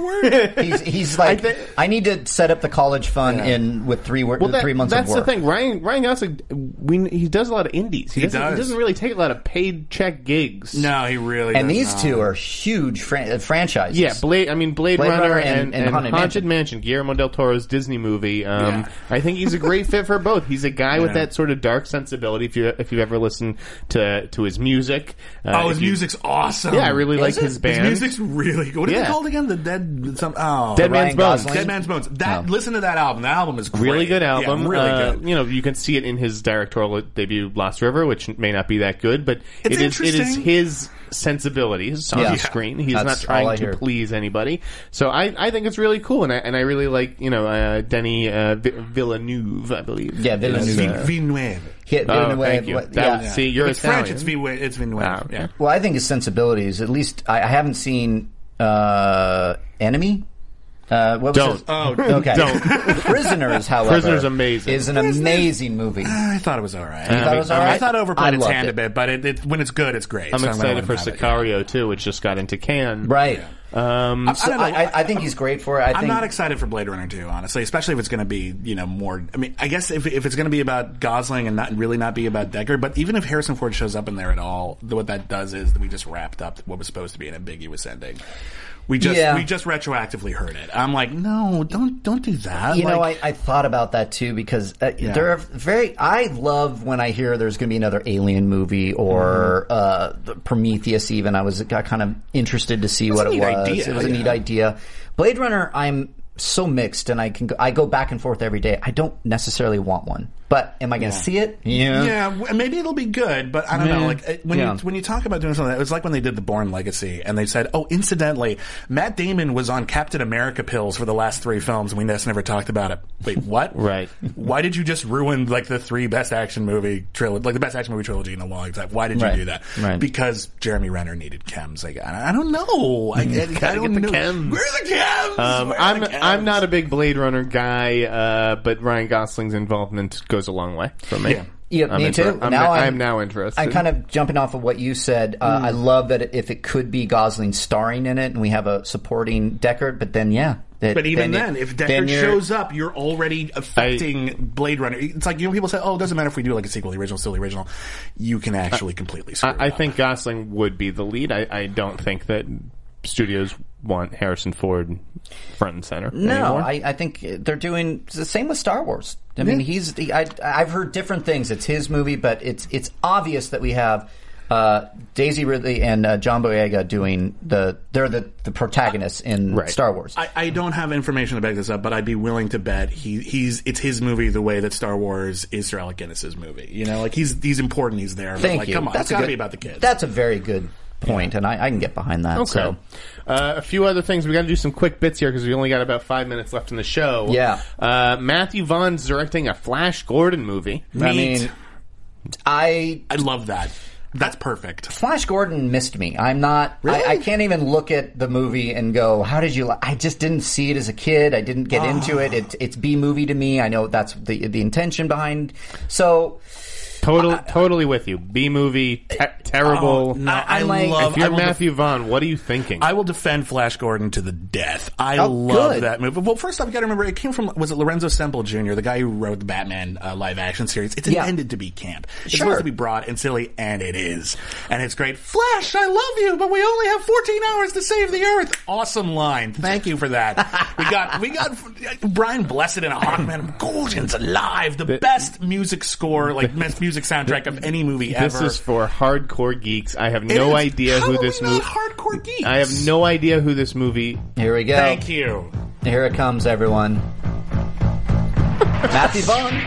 work?
He's, he's like, I,
thi-
need to set up the college fund in with three wor-
that-
three months
That's
of work.
the thing. Ryan Ryan Gosling, we, he does a lot of indies. He,
He
doesn't, He
does.
doesn't really take a lot of paid check gigs.
no, he really
And
does
these
not.
two are huge fran- uh, franchises.
Yeah, Blade. I mean, Blade,
Blade
Runner,
Runner
and, and, Haunted, Mansion. Guillermo del Toro's Disney movie. Um,
Yeah.
I think he's a great fit for both. He's a guy with that sort of dark sensibility. If you if you've ever listened to to his music, uh,
Oh,
if
his
you-
music's awesome.
Yeah, I really like
it?
his
His
His
band.
music's really good. What is
Yeah.
it called again? The Dead... Some, oh.
Dead
Ryan
Man's Bones. Oh.
Gosling.
Dead Man's Bones. That listen to that album. That album is great.
Really good
Yeah,
album.
really
Uh,
good.
You know, you can see it in his directorial debut, Lost River, which may not be that good, but it
It's
is it is
interesting.
his sensibilities on
Yeah.
the screen. He's
That's
not
all I
trying to
hear.
please anybody. So I, I think it's really cool, and I, and I really like you know uh, Denny uh, Vi- Villeneuve, I believe.
Yeah, Villeneuve.
Is, uh,
Villeneuve.
Hit,
Oh,
in a way
thank
of
you.
what-
That
yeah.
was- see, you're
It's
Italian.
French. It's Villeneuve. It's
Ah,
Villeneuve.
okay.
Yeah.
Well, I think his sensibilities. At least I, I haven't seen uh, Enemy. Uh, what was
Don't.
his- okay.
Don't.
Prisoners, however,
Prisoners amazing.
is an amazing movie.
I thought it was all right.
thought it was all
I
right?
thought it
I
overplayed its
loved
hand
it.
a bit, but it, it, when it's good, it's great.
I'm
So gonna
excited
let
for
him have it.
Sicario too, which just got into Cannes.
Right.
Um,
I
So
don't know.
I, I, I think he's great for it. I
I'm
think
not excited for Blade Runner 2, honestly, especially if it's going to be, you know, more. I mean, I guess if, if it's going to be about Gosling and not really not be about Decker, but even if Harrison Ford shows up in there at all, th- what that does is we just wrapped up what was supposed to be an ambiguous ending. We just
Yeah.
we just retroactively heard it. I'm like, no, don't don't do that.
You know,
Like,
I, I thought about that too because uh, there are very. I love when I hear there's going to be another Alien movie
Mm-hmm.
or uh, the Prometheus. Even I was got kind of interested to see what
a
it
neat
was.
idea,
it was a neat
yeah.
idea. Blade Runner, I'm so mixed, and I can go, I go back and forth every day. I don't necessarily want one. But am I going to see it?
Yeah, w- maybe it'll be good, but I don't know. Like it- when
Yeah.
you, when you talk about doing something, it was like when they did the Bourne Legacy, and they said, "Oh, incidentally, Matt Damon was on Captain America pills for the last three films, and we just never talked about it." Wait, what?
Right.
Why did you just ruin like the three best action movie trilogy, like the best action movie trilogy in a long time? Why did you
Right.
do that?
Right.
Because Jeremy Renner needed chems. Like I I don't know. I, I, I don't
get the
know.
chems.
Where are the chems?
Um,
Where are
I'm
the chems?
I'm not a big Blade Runner guy, uh, but Ryan Gosling's involvement goes a long way for me.
Yeah,
I'm
me
inter-
too.
I'm,
now
I'm,
I'm,
now interested. Mm.
I'm kind of jumping off of what you said. Uh, I love that if it could be Gosling starring in it, and we have a supporting Deckard, but then yeah, that-
But even
it-
then, if Deckard
then you're-
shows up, you're already affecting Blade Runner. It's like you know, people say, "Oh, it doesn't matter if we do like a sequel, the original, still the original." You can actually completely screw.
I, I
it up.
think Gosling would be the lead. I, I don't think that studios want Harrison Ford front and center.
No,
anymore.
I, I think they're doing it's the same with Star Wars. I mean, he's the, I, I've heard different things. It's his movie, but it's it's obvious that we have uh, Daisy Ridley and uh, John Boyega doing the they're the, the protagonists in
Right.
Star Wars.
I, I don't have information to back this up, but I'd be willing to bet he he's it's his movie the way that Star Wars is Sir Alec Guinness's movie. You know, like he's he's important, he's there. But
Thank
like,
you.
Come on,
that's
it's
a
got to
good-
be about the kids.
That's a very good point, and I, I can get behind that. So.
Uh, a few other things. We got to do some quick bits here because we only got about five minutes left in the show.
Yeah.
Uh, Matthew Vaughn's directing a Flash Gordon movie.
I
Neat.
mean, I
I love that. That's perfect.
Flash Gordon missed me. I'm not. I, I can't even look at the movie and go, "How did you?" Li-? I just didn't see it as a kid. I didn't get into
Ah.
it. it. It's B movie to me. I know that's the the intention behind. So
Totally, totally with you. B movie, te- terrible.
Oh, No,
I-
I,
I'm like-
love.
if you're
I will
Matthew Vaughn, what are you thinking?
I will defend Flash Gordon to the death. I
Oh,
love
good.
that movie. Well, first off, you got to remember it came from was it Lorenzo Semple Jr., the guy who wrote the Batman uh, live action series. It's
Yeah.
intended to be camp. It's
Sure.
supposed to be broad and silly, and it is. And it's great. Flash, I love you, but we only have 14 hours to save the Earth. Awesome line. Thank you for that. we got we got Brian Blessed and a Hawkman. Gordon's alive. The best music score, like best music soundtrack of any movie
this
ever.
is for hardcore geeks. I have
It
no
is-
idea
How
who
are
this
we not
movie.
hardcore geeks?
I have no idea who this movie.
here we go.
Thank you.
Here it comes, everyone. Matthew Vaughn.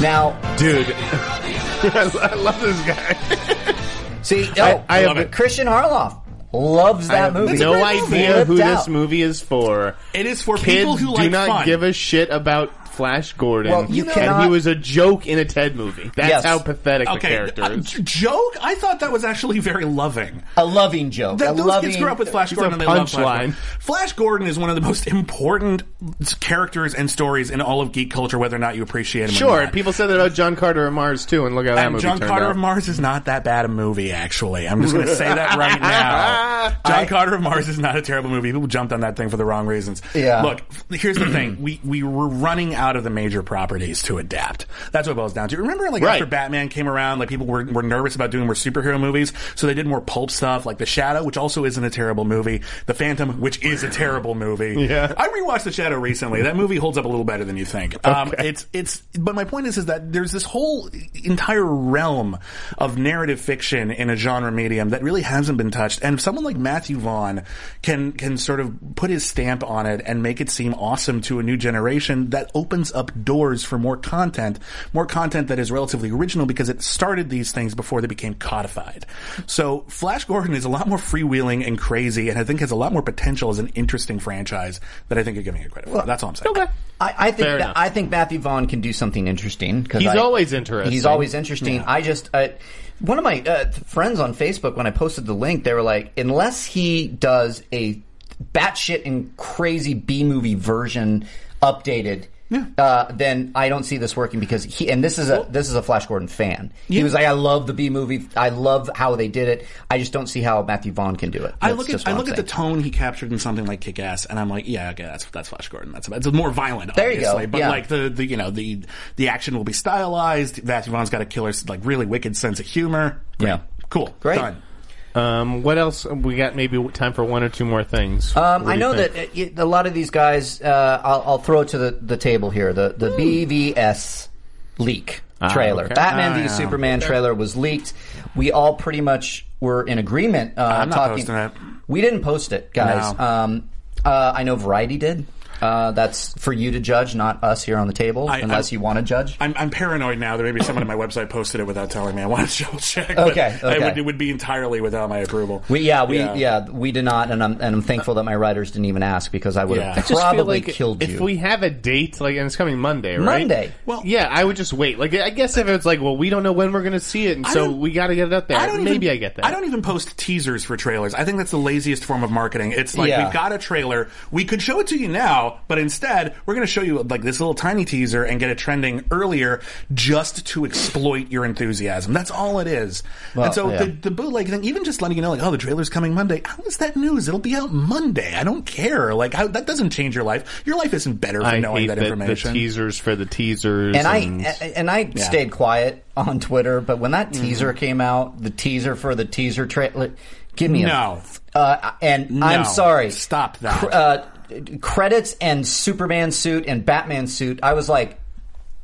Now,
Dude, I, lo- I love this guy.
see,
I-
oh,
I have-
Christian Harloff loves
I
that
have
movie.
no idea who
Flipped
this
out.
movie is for.
It is for
Kids
people who
do
like
not
fun.
give a shit about Flash Gordon.
Well, you
and
cannot-
he was a joke in a Ted movie. That's
Yes.
how pathetic the
uh,
character is.
j- joke? I thought that was actually very loving.
A loving joke.
That
a
those
loving,
kids grew up with Flash
It's
Gordon
a
and they love Flash
punchline.
Gordon. Flash Gordon is one of the most important s- characters and stories in all of geek culture, whether or not you appreciate him.
Sure,
or not.
people said that about John Carter of Mars too, and look how that
and
movie
John
turned
Carter
out.
of Mars is not that bad a movie, actually. I'm just going to say that right now. John Carter of Mars is not a terrible movie. People jumped on that thing for the wrong reasons.
Yeah.
Look, f- here's the thing: we we were running out of the major properties to adapt. That's what it boils down to. Remember, like
Right.
after Batman came around, like people were, were nervous about doing more superhero movies, so they did more pulp stuff, like The Shadow, which also isn't a terrible movie, The Phantom, which is a terrible movie.
Yeah.
I rewatched The Shadow recently. That movie holds up a little better than you think. Um, it's it's. But my point is, is that there's this whole entire realm of narrative fiction in a genre medium that really hasn't been touched. And if someone like Matthew Vaughn can can sort of put his stamp on it and make it seem awesome to a new generation, that opens up doors for more content, more content that is relatively original because it started these things before they became codified. So Flash Gordon is a lot more freewheeling and crazy, and I think has a lot more potential as an interesting franchise that I think you're giving it credit for. That's all I'm saying.
Okay.
I, I think
Fair
that,
enough.
I think Matthew Vaughn can do something interesting. 'cause
He's
I-
always interesting.
He's always interesting. I just I, one of my uh, th- friends on Facebook when I posted the link, they were like, unless he does a batshit and crazy B movie version updated. Uh, then I don't see this working because he and this is a this is a Flash Gordon fan. He was like, I love the B movie. I love how they did it. I just don't see how Matthew Vaughn can do it.
I
That's
look
just
at I
what
look
I'm
at the
saying.
tone he captured in something like Kick Ass, and I'm like, yeah, okay, that's that's Flash Gordon. That's about, it's more violent,
There you go,
obviously, but
yeah.
like the, the you know the the action will be stylized. Matthew Vaughn's got a killer like really wicked sense of humor. Great.
Yeah.
cool,
Great.
done.
Um, what else? We got maybe time for one or two more things.
Um,
What do
I
you
know
think?
that uh, y- a lot of these guys. Uh, I'll, I'll throw it to the, the table here. The the BVS leak trailer,
okay.
Batman
Ah,
v
yeah.
Superman trailer was leaked. We all pretty much were in agreement. Uh,
I'm not
talking.
posting it.
We didn't post it, guys.
No.
Um, uh, I know Variety did. Uh, that's for you to judge, not us here on the table,
I-
unless
I-
you want to judge.
I'm, I'm paranoid now that maybe someone on my website posted it without telling me. I want to double check.
Okay,
but I
okay.
would, it would be entirely without my approval.
we, yeah, we yeah. we did not, and I'm and I'm thankful that my writers didn't even ask because I would
Yeah. I
have
just
just feel
probably
like
killed
if
you.
we have a date, like, and it's coming Monday, right?
Monday.
Well, yeah, I would just wait. Like, I guess if it's like, well, we don't know when we're going to see it, and so
don't-
we got to get it out there.
I don't
Maybe I
even,
get that.
I don't even post teasers for trailers. I think that's the laziest form of marketing. It's like
Yeah.
we've got a trailer. We could show it to you now, but instead we're going to show you like this little tiny teaser and get it trending earlier just to exploit your enthusiasm. That's all it is. and so
yeah.
the, the bootleg thing, even just letting you know like, oh, the trailer's coming Monday. How is that news? It'll be out Monday. I don't care. Like how, that doesn't change your life. Your life isn't better for
I
knowing
hate
that
the,
information.
the teasers for the teasers.
and I uh, a- and I stayed quiet on Twitter, but when that
Mm-hmm.
teaser came out, the teaser for the teaser trailer, give me
No.
a uh, and I'm
No.
sorry,
Stop that.
Cr- uh, credits and Superman suit and Batman suit. I was like,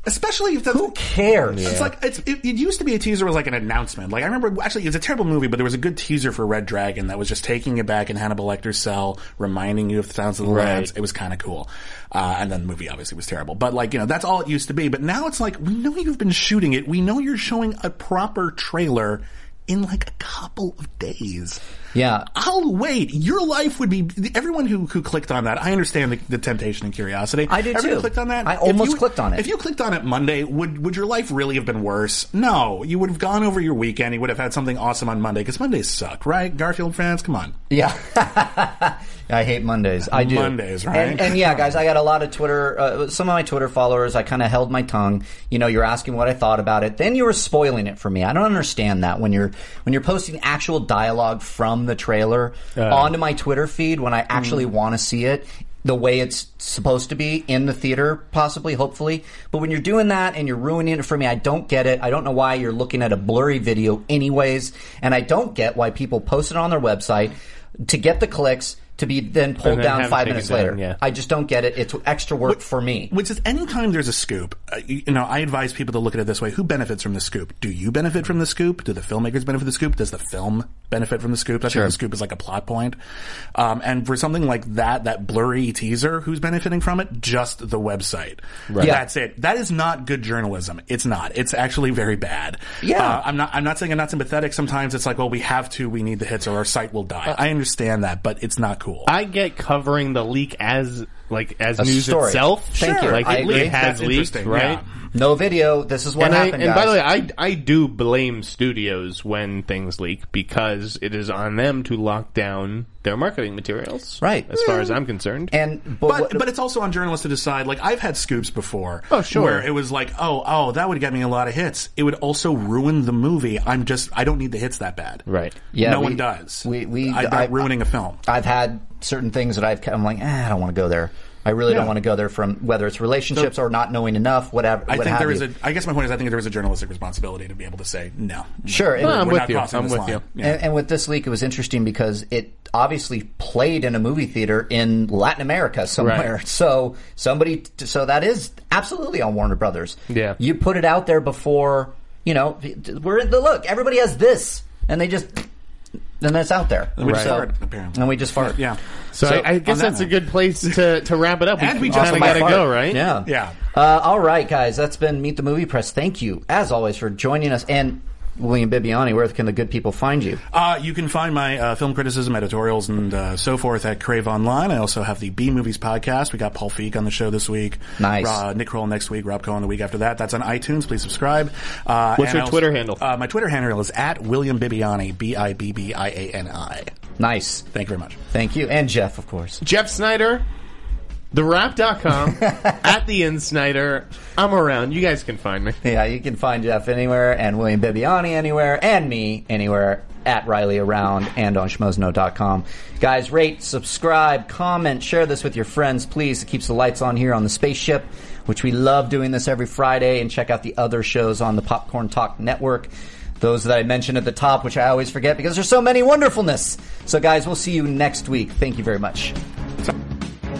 Especially if that's
who cares?
It's like it's, it, it used to be a teaser was like an announcement. Like I remember actually it was a terrible movie, but there was a good teaser for Red Dragon that was just taking you back in Hannibal Lecter's cell, reminding you of the sounds of the lands. It was kind of cool, uh, and then the movie obviously was terrible. But like you know that's all it used to be. But now it's like we know you've been shooting it. We know you're showing a proper trailer in like a couple of days.
yeah,
I'll wait. Your life would be everyone who, who clicked on that. I understand the, the temptation and curiosity.
I did
Everyone
too.
Clicked on that.
I
If
almost
you-
clicked on it.
If you clicked on it Monday, would would your life really have been worse? No, you would have gone over your weekend. You would have had something awesome on Monday because Mondays suck, right? Garfield fans, come on.
Yeah, I hate Mondays. I do
Mondays, right?
And, and yeah, guys, I got a lot of Twitter. Uh, some of my Twitter followers, I kind of held my tongue. You know, you're asking what I thought about it. Then you were spoiling it for me. I don't understand that when you're when you're posting actual dialogue from the trailer
Uh.
onto my Twitter feed when I actually
Mm.
want to see it. The way it's supposed to be in the theater, possibly, hopefully. But when you're doing that and you're ruining it for me, I don't get it. I don't know why you're looking at a blurry video, anyways. And I don't get why people post it on their website to get the clicks to be then pulled
then
down
have it
five
taken
minutes
down,
later.
yeah.
I just don't get it. It's extra work for me.
Which is anytime there's a scoop, uh, you you know, I advise people to look at it this way. Who benefits from the scoop? Do you benefit from the scoop? Do the filmmakers benefit from the scoop? Does the film benefit from the scoop? I think the scoop is like a plot point. Um, and for something like that, that blurry teaser, who's benefiting from it? Just the website. Right.
Yeah.
That's it. That is not good journalism. It's not. It's actually very bad.
Yeah.
Uh, I'm not, I'm not saying I'm not sympathetic. Sometimes it's like, well, we have to, we need the hits or our site will
Uh,
die. I understand that, but it's not cool.
I get covering the leak as like as
A
news
story.
itself.
Thank you.
Like
I
it,
agree.
it has
That's
leaked,
interesting,
right?
yeah.
No video. This is what
and
happened.
I, and by
guys.
the way, I I do blame studios when things leak because it is on them to lock down their marketing materials.
Right.
As far as I'm concerned.
and but,
But
what-
but it's also on journalists to decide. Like I've had scoops before.
Oh, sure.
Where it was like, oh oh, that would get me a lot of hits. It would also ruin the movie. I'm just I don't need the hits that bad.
right.
Yeah,
no
we-
one does.
we- we-
I,
I-
am ruining a film.
I've had certain things that I've I'm like, eh, I don't want to go there. I really don't want to go there from whether it's relationships or not knowing enough, whatever.
I
what
think
have
there
you.
is a. I guess my point is I think there is a journalistic responsibility to be able to say no.
Sure, it-
I'm
We're
with
not
you.
crossing
I'm
this
with
line.
you.
Yeah.
And, and with this leak, it was interesting because it obviously played in a movie theater in Latin America somewhere.
Right.
So somebody, so that is absolutely on Warner Brothers.
Yeah.
you put it out there before you know we're in the look. Everybody has this, and they just then that's out there.
we
just
So-
fart, apparently.
and we just fart.
Yeah.
So, I, I guess
on that
that's a
note-
good place to, to wrap it up.
And we
we
just
kind of
by
got to
far-
go, right?
Yeah.
Yeah.
Uh, all right, guys. That's been Meet the Movie Press. Thank you, as always, for joining us. And William Bibiani, where can the good people find you?
Uh, you can find my uh, film criticism, editorials, and uh, so forth at Crave Online. I also have the B Movies podcast. We got Paul Feig on the show this week.
Nice.
Uh, Nick Kroll next week. Rob Cohen the week after that. That's on iTunes. Please subscribe. Uh,
What's
and
your
I
Twitter handle?
Uh, my Twitter handle is at William Bibiani. B I B B I A N I.
Nice.
Thank you very much.
Thank you. And Jeff, of course.
Jeff Snyder, therap.com, at the end Snyder. I'm around. You guys can find me.
Yeah, you can find Jeff anywhere and William Bibiani anywhere and me anywhere at Riley Around and on schmozno.com. Guys, rate, subscribe, comment, share this with your friends, please. It keeps the lights on here on the spaceship, which we love doing this every Friday. And check out the other shows on the Popcorn Talk Network. Those that I mentioned at the top, which I always forget because there's so many wonderfulness. So, guys, we'll see you next week. Thank you very much.